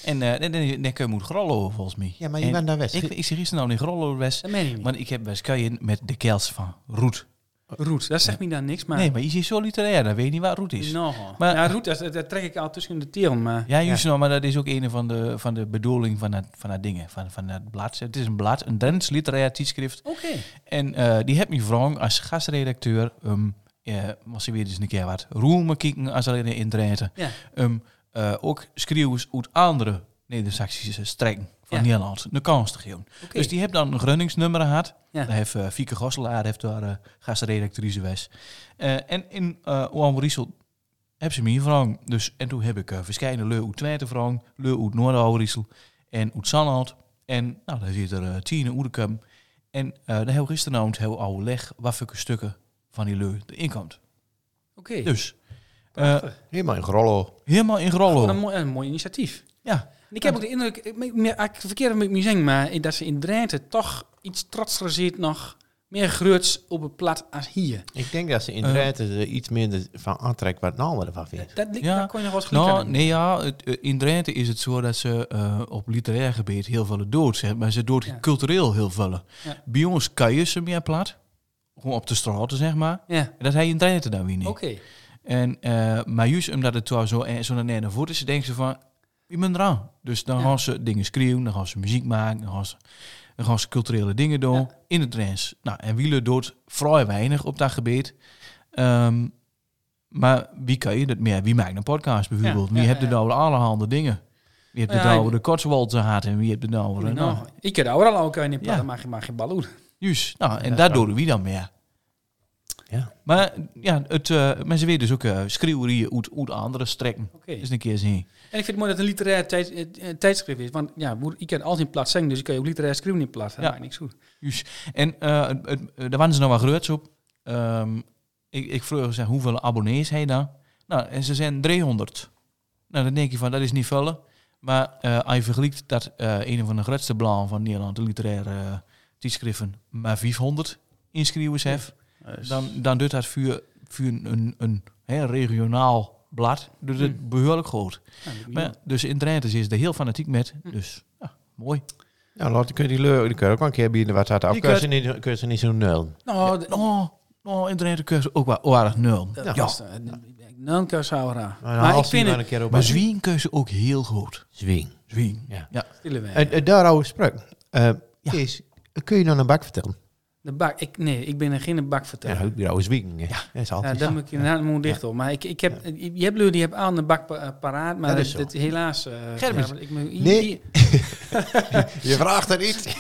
En eh, dan- dan dan kun je moet Grollo volgens mij.
Ja, maar je
En
bent daar west.
Ik, ik zit gisteren nou in Grollo West.
Dat meen je niet.
Want ik heb best keien met de kels van Roet.
Roet, dat zegt me dan niks, maar...
Nee, maar je ziet solitair. Dan weet je niet waar Roet is.
Nou,
Maar-
maar, ja, Roet, dat, dat trek ik al tussen de eh, teren, maar...
Ja, juist nou, maar dat is ook een van de, van de bedoelingen van dat, van dat dingen, van, van dat blad. Het is een blad, een Drents literair tijdschrift.
Oké.
En eh, die heb me gevraagd als gastredacteur, ehm eh, moest ze weer eens een keer wat roemen kijken als er in de internet.
Ja.
Ehm, eh, ook schreeuwers uit andere Neder-Saxische streken van
Ja.
Nederland, de kans te geven.
Oké.
Dus die heeft dan een grunningsnummer gehad.
Ja.
Daar heeft eh, Fieke Gosselaar heeft daar eh, gastredactrice was. Eh, en in eh Oan Riesel heb ze me hier gevraagd. Dus, en toen heb ik eh verschillende leu uit Twente gevraagd, leu uit Noord-Oude-Riesel en uit Zandhout. En nou, daar zit er eh tien Oerdekum. En eh daar hebben we gisteravond heel oude leg wat voor stukken van die leu erin komt.
Oké.
Dus eh,
Helemaal in Grollo.
helemaal in
Wat
Grollo.
een, mooi, een mooi initiatief.
Ja,
En ik heb ook de indruk, ik, ik, meer- ik verkeerd met me zeggen, maar eh, dat ze in Drenthe toch iets trotser zit nog meer groots op het plat als hier.
Ik denk dat ze in
Eh.
Drenthe er iets minder van aantrekt wat Nalder ervan vindt.
Dat, dat,
Ja.
daar kon je nog wel eens gelijk aan
nou,
doen.
nee, ja, het, eh, in Drenthe is het zo dat ze eh, op literair gebied heel veel dood zijn, maar ze dood
Ja.
cultureel heel veel.
Ja.
Bij ons kan je ze meer plat, gewoon op de straten zeg maar.
Ja,
En dat hij in Drenthe dan weer niet.
oké.
En, eh, maar juist omdat het trouwens zo, eh, zo naar naar voet is, denken ze van, wie ben er aan? Dus dan gaan ze dingen schreeuwen, dan gaan ze muziek maken, dan gaan ze, dan gaan ze culturele dingen doen in het Rens. Nou, en wielen doet vrij weinig op dat gebied. Ehm, maar wie kan je dat meer? Wie maakt een podcast bijvoorbeeld?
Ja,
wie
ja,
hebt
ja.
het over allerhande dingen? Wie hebt het
Ja,
over de kortswalten gehad en wie hebt het over... Nou,
Nou, ik heb overal al kunnen in
Ja.
plannen, maar je mag geen bal doen.
Juist, nou, en daar doen wie dan meer.
Ja.
Maar ja, het, eh, maar ze weten dus ook eh schreeuwerieën uit, uit andere strekken.
Oké.
Dus een keer zien.
En ik vind het mooi dat het een literair tijd- eh, eh, tijdschrift is. Want ja, woer- ik kan alles in plaats zingen, dus ik kan je ook literair schreeuwen in plaats. Dat
Ja.
maakt niks goed.
Juist. En eh, het- het- eh, daar waren ze nog wel groots op. Ehm, ik, ik vroeg ze hoeveel abonnees hij dan? Nou, en ze zijn 300. Nou, dan denk je van, dat is niet vullen. Maar eh, als je vergelijkt dat eh, een van de grootste bladen van Nederland, de literaire eh, tijdschriften, maar 500 inschrijvers heeft, dan, dan doet dat voor, voor een, een, een hè, regionaal blad doet het behoorlijk groot.
Nou, dat moet
Maar, ja, dus in het Drenthe is er heel fanatiek met. Dus ja, mooi.
Nou, laat, kun je die leur, die kun je ook wel een keer bieden wat dat af.
Die
Kun je
kun-
ze niet- kun je ze niet zo'n nul.
Nou, de-
Oh, oh in Drenthe kun je ook wel aardig nul.
dat
Ja.
was, eh, dan kan je zo raar.
Maar,
Maar ik vind
een
het...
keer op
Maar Zwien kun je ze ook heel goed.
Zwing. eh,
Zwien.
Ja.
Stille weg.
En, en daarover sprak. Eh
Ja.
Kees, kun je nou een bak vertellen?
De bak, ik, nee, ik ben er geen bak
Ja,
vertellen.
ook weer oude zwing. Ja, dat is
Ja,
altijd.
dan moet ik inderdaad moet dicht op. Maar ik, ik heb, je hebt lui die hebben aan de bak pa- eh, paraat, maar
Dat
dat
is zo.
dat- helaas. eh,
Gerben.
ja, ik moet- i-
Nee.
i-
Je vraagt er iets.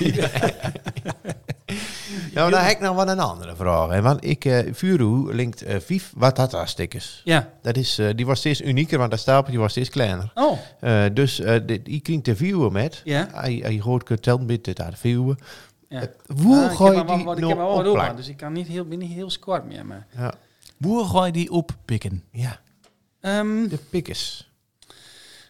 nou, dan heb ik nog wel een andere vraag. Hè. Want ik, eh Furu linkt eh Vief Watata stickers.
Ja.
Dat is, eh, die was steeds unieker, want dat stapeltje was steeds kleiner.
Oh,
Eh, dus eh dit, die klinkt te viewen met.
Ja.
Hij, hij hoort Kutel met dit aan de viewen.
ja.
Hoe
Ah, ik
gooi
heb
je
maar
die
wat- wat- Ik heb
nou
al wat op,
opplakken?
dus ik kan niet heel, ben niet heel squat meer. Maar.
Ja.
Boer ga je die oppikken.
ja,
Ehm
de pikkers.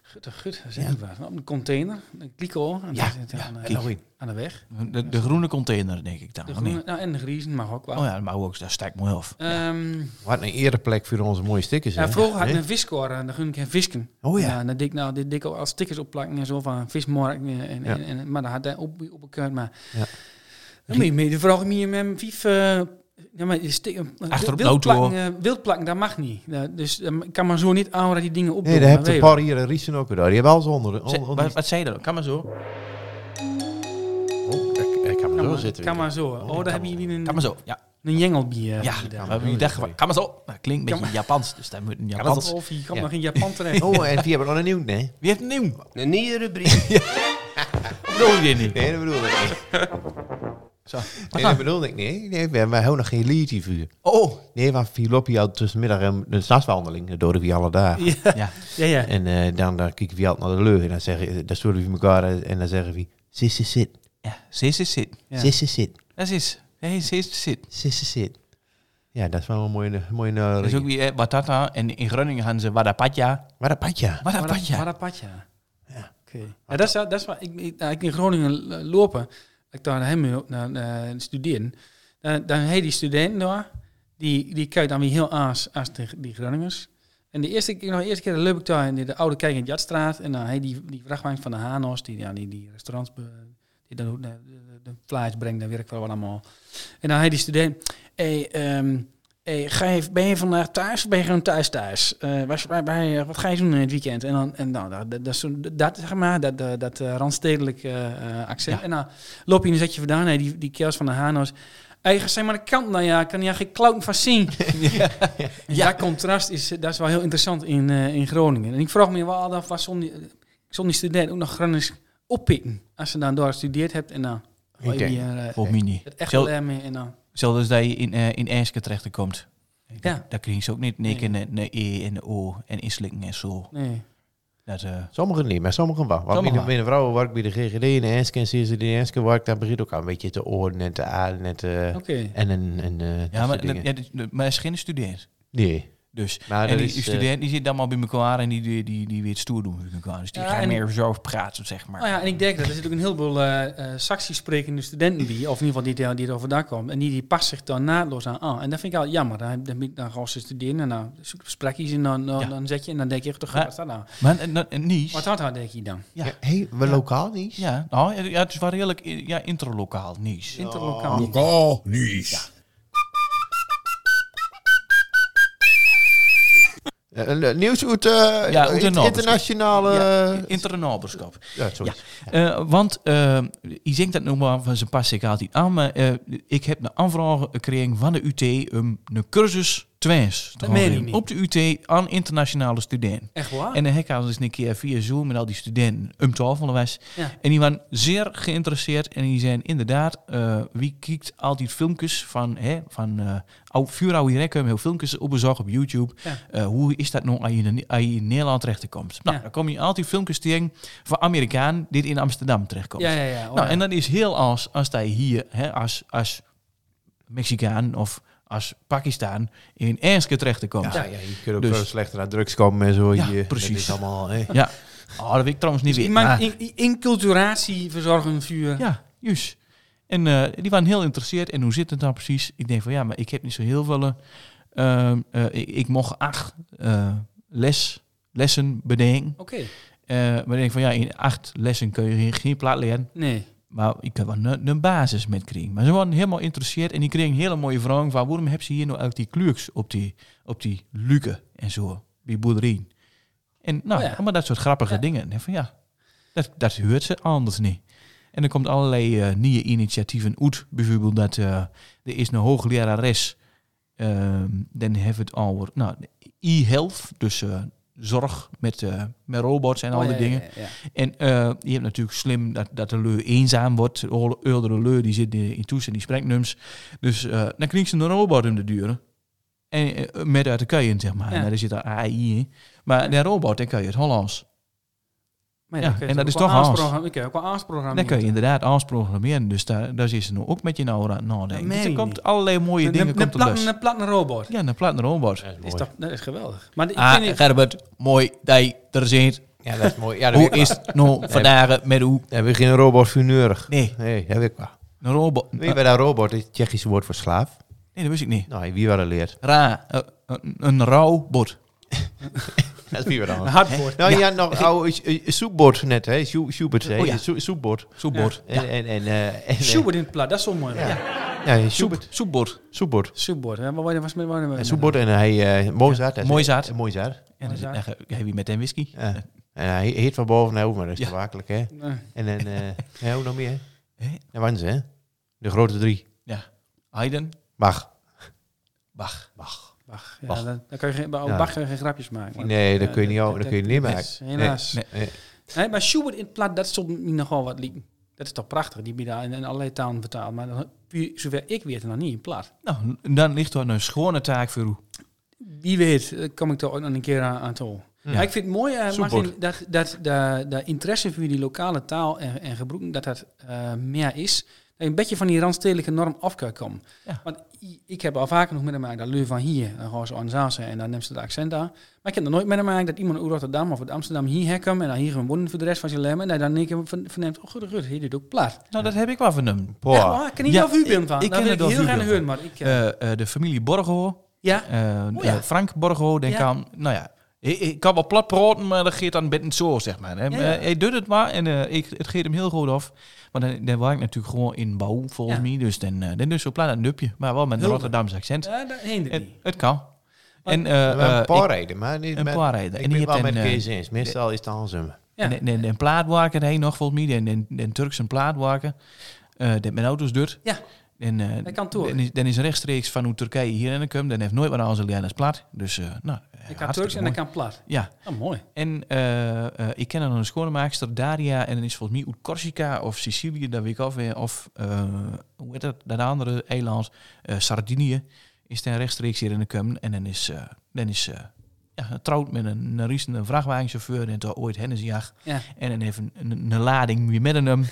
gut, gut, dat is echt waar. Op een container, een kliko. En
Ja,
dan zit aan, de-
Kijk. Nou in.
aan de weg.
De, de groene container, denk ik dan.
Oh,
De
of niet?
groene, nou, en de griezen mag ook wel.
Oh ja, maar ook, daar sta ik mooi af.
Ehm,
Wat een ereplek voor onze mooie stickers.
ja,
hè?
vroeger had ik
Nee?
een viskoor en dan ging ik hem visken.
Oh ja.
Nou, en dan deed ik nou dit dik al als stickers opplakken en zo van vismarkt. En, en,
Ja.
en, maar dan had hij op, op elkaar. Maar
Ja.
dan moet je mee, de vraag me je met een vief. eh, ja, maar die stik- eh,
Achterop de
wild
auto.
plakken, eh, wild plakken, dat mag niet. Ja, dus eh, ik kan maar zo niet aanraden die dingen op.
Nee, daar heb je een paar hier in Riesen ook weer. daar. Die hebben alles onder.
Ze-
onder,
wat, wat zei je dan? Kan maar zo.
Oh, ik, ik kan maar
Kan
zo
maar,
zitten.
kan maar zo. Oh, daar hebben jullie
Kan
een,
maar zo. Ja,
een eh. jengelbier.
ja.
gedaan.
we hebben die dag gewa- Kan maar zo. Dat klinkt een beetje Japans, dus daar moet een Japans.
Of je komt
Ja.
nog in Japan terecht.
Oh, en die hebben nog een nieuw, nee?
Wie heeft een nieuw?
Een nieuwe rubriek.
Bedoel je dit niet?
Nee, dat bedoel ik niet.
Zo.
Nee, dat bedoel ik niet. Nee, we hebben ook nog geen liedje vuur.
Oh.
Nee, want Filoppi had tussenmiddag een, een stadswandeling door de alle dagen.
Ja.
Ja, ja.
En eh, dan, dan kijken we altijd naar de leur en dan zeggen, dan zullen we elkaar eh, en dan zeggen we, zit, zit, zit,
Ja. Sis is zit.
Ja.
zit, zit, zit,
Dat is. Hey, sis is zit.
zit, zit, zit. Ja, dat is wel een mooie, mooie eh,
Dat is ook weer eh, batata. En in Groningen gaan ze wadapatja.
Maar dat padja.
Wadapatja.
Marapatja. Ja. Oké. Ja, dat is, dat is waar. Ik, ik, nou, ik in Groningen l- lopen. Ik daar naar hem naar, eh, studeren. Dan, dan heet die studenten daar. Die, die kijkt dan weer heel aas als de, die Groningers. En de eerste, keer- nog de eerste keer loop ik daar in de, de oude kijk in de Jatstraat. En dan heet die, die vrachtwagen van de Hanos. Die, ja, die, die restaurants... be- die dan ook de, de, de flyers brengt. Dan werk wel wat allemaal. En dan heet die student... Hey, ehm, Hey, ga je, ben je vandaag thuis of ben je gewoon thuis thuis? Eh, was- waar- waar- eh, wat ga je doen in het weekend? En dan, en nou, dat, dat, dat, is zo'n- dat, zeg maar, dat, dat, dat eh, randstedelijk eh, eh, accent. En dan loop je in een zetje vandaan, nee, die, die kerels van de Hano's. Hey, ga zij maar de kant nou ja, kan je geen klauwen van zien. ja. dat contrast is, eh, dat is wel heel interessant in, eh, in Groningen. En ik vraag me wel af, waar zon die, zon die student ook nog Gronings oppikken? Als ze dan daar gestudeerd hebt en dan...
Ik denk-
hier, eh,
Of mini.
het echt
Zo-
alarm in en dan...
Zelfs als dat je in, eh in Eske terechtkomt.
Ja.
Daar krijg ze ook niet nek
Nee.
en een een E en een O en inslikken en zo.
Nee.
Dat, eh,
Sommigen niet, maar sommigen wel. Want
Sommigen
bij de,
wel.
bij de vrouwen werk ik bij de GGD en de Enske en CCD en Enske werk, daar begint ook al een beetje te oren en te ademen en te...
Oké.
En een... En, eh, dat
ja,
soort
maar, dat,
dingen.
ja, dat- dat- maar hij is geen student.
Nee.
Dus.
Maar
en
dat
die,
is,
die
eh,
student die zit dan maar bij elkaar en die, die, die, die weer het stoer doen met elkaar. Dus die
Ja,
gaan
en-
meer zo praten, zeg maar.
Nou ja, en ik denk dat er zit ook een heleboel eh eh Saxisch sprekende studenten bij, of in ieder geval die, die er vandaan komen. En die, die past zich daar naadloos aan aan. En dat vind ik al jammer. Dan, dan, ben ik- dan gaan ze studeren en dan zoek je gesprekjes en dan, dan,
Ja.
dan zet je en dan denk je echt,
Ja.
wat is dat nou?
Maar eh, Oh. en, en, en Nies-
Wat had dat, denk je dan?
Ja. hey, we lokaal niet?
Ja, nou, ja, ja, het is wel redelijk eh, ja, interlokaal Nies.
Interlokaal.
Lokaal nieuws.
Een eh, nieuws uit, eh,
Ja, uit de
het
Noorders.
internationale...
ja,
Ja,
internaberschap.
sorry.
Eh, want, eh ik denk dat nou maar van zijn pas ik altijd aan, maar eh, ik heb een aanvraag gekregen van de UT om een cursus Twents te
Dat
gaan
meen ik
doen
niet.
op de UT aan internationale studenten.
Echt waar?
Oh. En dan heb ik al eens een keer via Zoom met al die studenten om tafel was.
Ja.
En die waren zeer geïnteresseerd. En die zijn inderdaad, eh, wie kijkt al die filmpjes van, hè, van eh oud vuuroude rekken, heel filmpjes opgezocht op YouTube.
Ja.
Eh, hoe is dat nou als je, in- als je in Nederland terechtkomt? Nou,
Ja.
dan kom je altijd filmpjes tegen van Amerikaan die in Amsterdam terechtkomt.
ja, ja, ja.
nou, en dat is heel als als dat je hier, hè, als, als Mexicaan of als Pakistan in Ernstke terechtkomt.
Ja, ja, je kunt ook
Dus-
veel slechter aan drugs komen en zo.
Ja,
hier.
precies.
Dat is allemaal... hè.
Ja. Oh, dat weet ik trouwens niet weer. Ah.
maar Dus in- in- inculturatie verzorgen vuur.
Ja, juist. En eh, die waren heel geïnteresseerd. En hoe zit het nou precies? Ik denk van ja, maar ik heb niet zo heel veel. eh, ehm, eh, ik, ik mocht acht eh, les, lessen bedenken.
Oké.
Eh, maar ik denk van ja, in acht lessen kun je geen, geen plaat leren.
Nee.
Maar ik kan wel een, een basis met krijgen. Maar ze waren helemaal geïnteresseerd. En die kregen hele mooie vragen van waarom heb ze hier nou ook die kluks op die, op die luken en zo, die boerderij. En nou,
Oh ja.
allemaal dat soort grappige dingen. En ik denk van ja, dat, dat hoort ze anders niet. En er komt allerlei eh, nieuwe initiatieven uit. Bijvoorbeeld dat eh, er is een hooglerares. ehm dan hebben we het over nou, e-health, dus eh, zorg met, eh, met robots en al
Oh,
die
ja,
dingen.
ja, ja.
En eh, je hebt natuurlijk slim dat, dat de leu eenzaam wordt. De oudere leu die zit in toes en die spreekt nums. Dus eh, dan krijgen ze een robot om de duren. En, eh, met uit de kuien, zeg maar.
Ja.
En daar zit er AI in. Maar de robot, dan kan je het Hollands.
Maar
Ja,
dan kun je
en dat
ook
is
wel
toch Hans.
aansprogramma- Dan kun je ook wel aansprogramma.
Dan kun je inderdaad alles programmeren. Dus daar, daar is ze nu ook met je nou aan het nadenken.
Dat meen
Dus er
ik
komt
niet.
allerlei mooie dingen komt er los.
Een platte robot.
Ja, een platte robot.
Dat
Is
mooi.
dat, dat is geweldig. Maar ik vind
Ah,
het-
Gerbert, mooi dat je er zit.
Ja, dat is mooi. Ja, dat
Hoe
weet ik
is het nou vandaag met hoe?
wel. Hebben we geen robot voor nodig?
Nee,
Nee, heb ik wel.
een robot.
Wie bij dat robot is het Tsjechische woord voor slaaf.
Nee, dat wist ik niet.
Nou, wie waren leert.
Ra, eh, een, een robot.
Dat is wie we
eh,
dan.
een hardboard.
Nou, ja, nog oude eh, eh, soepbord net, hè? Soe- Soepert, hè?
Oh, ja.
Soe- Soepbord.
Soepbord.
En, en, en, eh, en, eh,
Schubert in het plat, dat is zo mooi. Ja.
Ja,
Soep,
soepbord.
soepbord.
Soepbord.
Schubert, hè, maar waar was met waar
En soepbord en hij... eh Mozart. hè,
Mozart.
zei- eh, Mozart.
Ja, dan
Mooi
zit- dan ge- heb je met hem whisky.
Ja. En hij heet van boven naar maar dat is
Ja.
ja. wakelijk, hè?
Nee.
En dan... eh ja, hoe nog meer?
Hè?
hè? Dat waren ze, hè? De grote drie.
Ja. Haydn,
Bach.
Bach.
Bach. Ja,
Bach.
dan, dan kun je geen, bij
Ja.
Bach kun je geen grapjes maken. want,
Nee, dat
eh,
kun je niet, dat, kun je niet
dat-
maken.
dat is Helaas.
Nee,
Nee,
nee.
maar Schubert in het plat, dat stond niet nogal wat lied. Dat is toch prachtig, die bieden in, in allerlei talen vertaald. Maar dan, puur, zover ik weet, nog niet in plat.
Nou, n- dan ligt er een schone taak voor u.
Wie weet, eh, kom ik er ooit nog een keer aan, aan toe. Maar ik vind het mooi, eh,
Soepbord.
Martin, dat, dat de, de interesse voor die lokale taal en, en gebruik, dat dat eh, meer is. Dat je een beetje van die randstedelijke norm af kan komen.
Ja.
Want i- ik heb al vaker nog meegemaakt dat Leu van hier, dan gaan ze aan Zaanse en dan neemt ze de accent aan. Maar ik heb nog nooit meegemaakt dat iemand uit Rotterdam of uit Amsterdam hier herkomt en dan hier gewoon wonen voor de rest van zijn leven. En dan dan ik hem verneemt, oh goed, goed, hier doet ook plaat.
Nou, dat heb ik wel van hem.
Boah.
Echt waar? Ik ken niet
Ja,
of u bent van.
ik- ik
dat
ken
wil
het
ik
of
heel
u
graag
bent
horen, maar ik... eh,
Eh, eh, de familie Borgo.
ja,
eh,
Oh, ja.
eh, Frank Borgo, denk
Ja.
aan. Nou ja, ik, ik kan wel plat praten, maar dat geeft aan bed niet zo, zeg maar. Hè.
Ja, ja.
Eh, Hij doet het maar en eh, ik, het geeft hem heel goed af. Want dan, dan was ik natuurlijk gewoon in bouw, volgens
Ja.
mij. Dus dan, eh, dan doe zo plaat een nupje. Maar wel met een
Heel
Rotterdamse accent.
ja, dat heende
Het,
niet.
het kan.
Maar-
en, eh,
Er waren
eh,
een
ik-
paar reden, maar niet
een
met-
paar reden.
Ik
En die
ben
hebt
wel met
een, eh,
Kees eens. Meestal is het Hans Zimmer.
Ja.
En, en, en, plaatwaker heen nog, volgens mij. En, en, en Turks een plaatwaker. eh dat met auto's doet.
Ja.
En, eh,
Dat kan toch?
Dan is, dan is rechtstreeks van hoe Turkije hier en komt. Dan heeft nooit wat aan zijn lijn als plat. Dus, eh, nou, eh,
Ik kan
hartstikke
Turks en
mooi.
ik kan plat.
Ja.
Oh, mooi.
En eh, eh, ik ken dan een schoonmaakster, Daria. En dan is volgens mij uit Corsica of Sicilië, dat weet ik af. Of, eh, hoe heet dat, dat andere eiland, eh, Sardinië. Is dan rechtstreeks hier in de kum. En dan is, eh dan is eh, ja, getrouwd met een, een riesende vrachtwagenchauffeur. En toen ooit Hennessy
Ja.
en dan even een, een, een lading weer met hem. en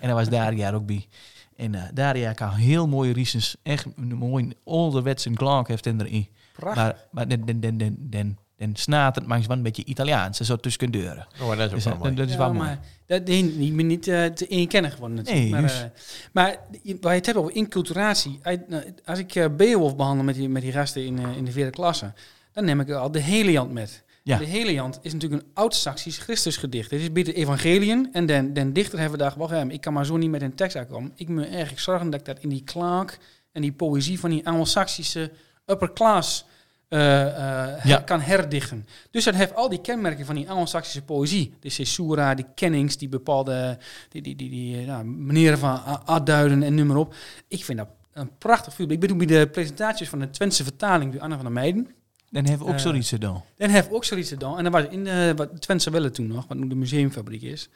daar was Daria ook bij. En eh, Daria kan heel mooie riesens. Echt een mooi ouderwetse klank heeft hij erin.
Prachtig.
Maar, maar den, den, den, den, den, den snaat het manchmal een beetje Italiaans. En zo tussen de deuren.
Oh, maar dat
Dus,
is ook wel
eh,
mooi.
dat is
Ja,
wel mooi.
maar dat heen, niet ben niet eh, te eenkennig geworden natuurlijk.
Nee,
maar,
juist.
eh, maar je- waar je het hebt over inculturatie. Uit- nou, Als ik eh, Beowulf behandel met die, met die gasten in, eh, in de vierde klasse, dan neem ik al de Heliant met.
Ja.
De Heliant is natuurlijk een oud-Saxisch Christusgedicht. Dit is binnen de evangeliën. En den, den dichter hebben we daar, wacht even, ik kan maar zo niet met een tekst uitkomen. Ik moet erg zorgen dat ik dat in die klaak en die poëzie van die Anglo-Saxische upper class eh, eh,
Ja.
kan herdichten. Dus dat heeft al die kenmerken van die Anglo-Saxische poëzie. De cesura, die kennings, die bepaalde die, die, die, die, eh, nou, manieren van a- uitduiden en noem maar op. Ik vind dat een prachtig vuur. Ik bedoel, bij de presentaties van de Twentse vertaling door Anne van der Meijden.
Dan hebben we ook
Eh.
zoiets gedaan.
En heeft ook zoiets gedaan. En dat was in eh, wat Twentse Welle toen nog, wat nu de museumfabriek is.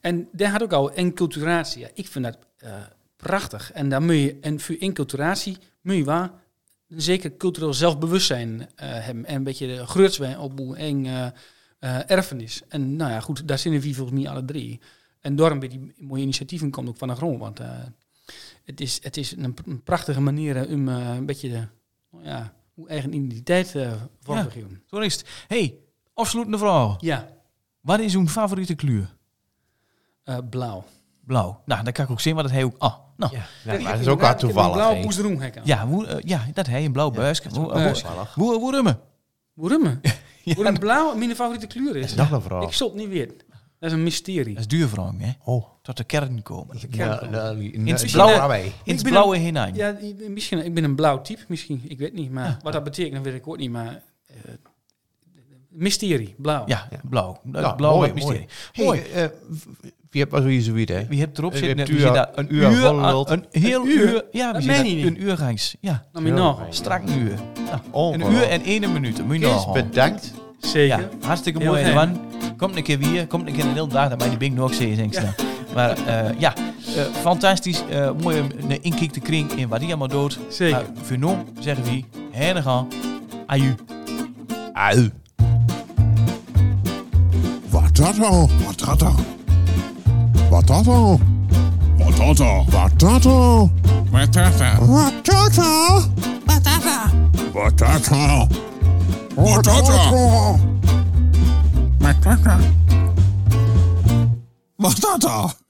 En daar had ook al enculturatie. Ja, ik vind dat eh, prachtig. En daar moet je, en voor enculturatie moet je wel een zeker cultureel zelfbewustzijn eh, hebben. En een beetje de grutswijn opboeien en eh, eh, erfenis. En nou ja, goed, daar zijn we volgens mij alle drie. En daarom bij die mooie initiatieven komt ook van de grond. Want eh, het, is, het is een, p- een prachtige manier eh, om eh, een beetje de, nou ja, hoe eigen identiteit eh vorm
Ja.
te geven.
Zo is het. hey, afsluitende vraag.
Ja,
Wat is uw favoriete kleur?
eh, blauw.
Blauw. Nou, dat kan ik ook zien, maar dat hij ook... Ah, nou. Ja,
Ja, maar dat is ook wel toevallig.
Blauw
hè.
poesdroemhek aan.
hoe, eh, ja dat hij een blauw buis. Hoe, eh,
buis.
hoe, hoe, hoe rummen?
Waarom?
Ja,
Waarom blauw mijn favoriete kleur is?
Dat is een vraag.
Ik zal het niet weten. Dat is een mysterie.
Dat is duur vraag, hè?
Oh.
Tot de kern komen.
Nou, nou, nou,
In het
nou,
blauwe-
nou, wij.
In het
ben
blauwe hinein.
Ja, i- misschien, ik ben een blauw type, misschien. Ik weet niet, maar wat dat betekent, dat weet ik ook niet. Maar eh, mysterie, blauw.
Ja, blauw.
Ja,
blauw
mooi,
met mysterie.
Hey,
Mooi.
eh, w- w- Wie hebt wel zoiets zoiets, hè?
Wie hebt erop
Je
zitten?
hebt
we
uur-
zitten daar een
uur
uur,
volgeluld.
aan- een heel
Een
uur.
uur?
Ja, we
Dat
zitten
meen je
daar
niet.
een uur gangs. Ja,
Nou, mijn nog.
strak een uur. Nou,
Oh,
een
wow.
uur en één minuut. dat Moet je
Kees,
nagaan.
bedankt.
Zeker.
Ja, hartstikke
Heel
mooi,
fijn.
Edwan. Komt een keer weer, komt een keer een hele dag, dan ben je die Bing nog steeds eens. dan. Maar eh, ja, eh, fantastisch. eh, mooi om een inkijk te kring in wat die allemaal doet.
Zeker.
Maar voor nu zeggen we hier, heen gaan. Aju.
Au.
Wat dat al? Wat dat al? Wat dat al?
Patata.
Wat dat al?
Patata.
Wat dat al? Wat dat al? Wat dat al?
Patata. Patata.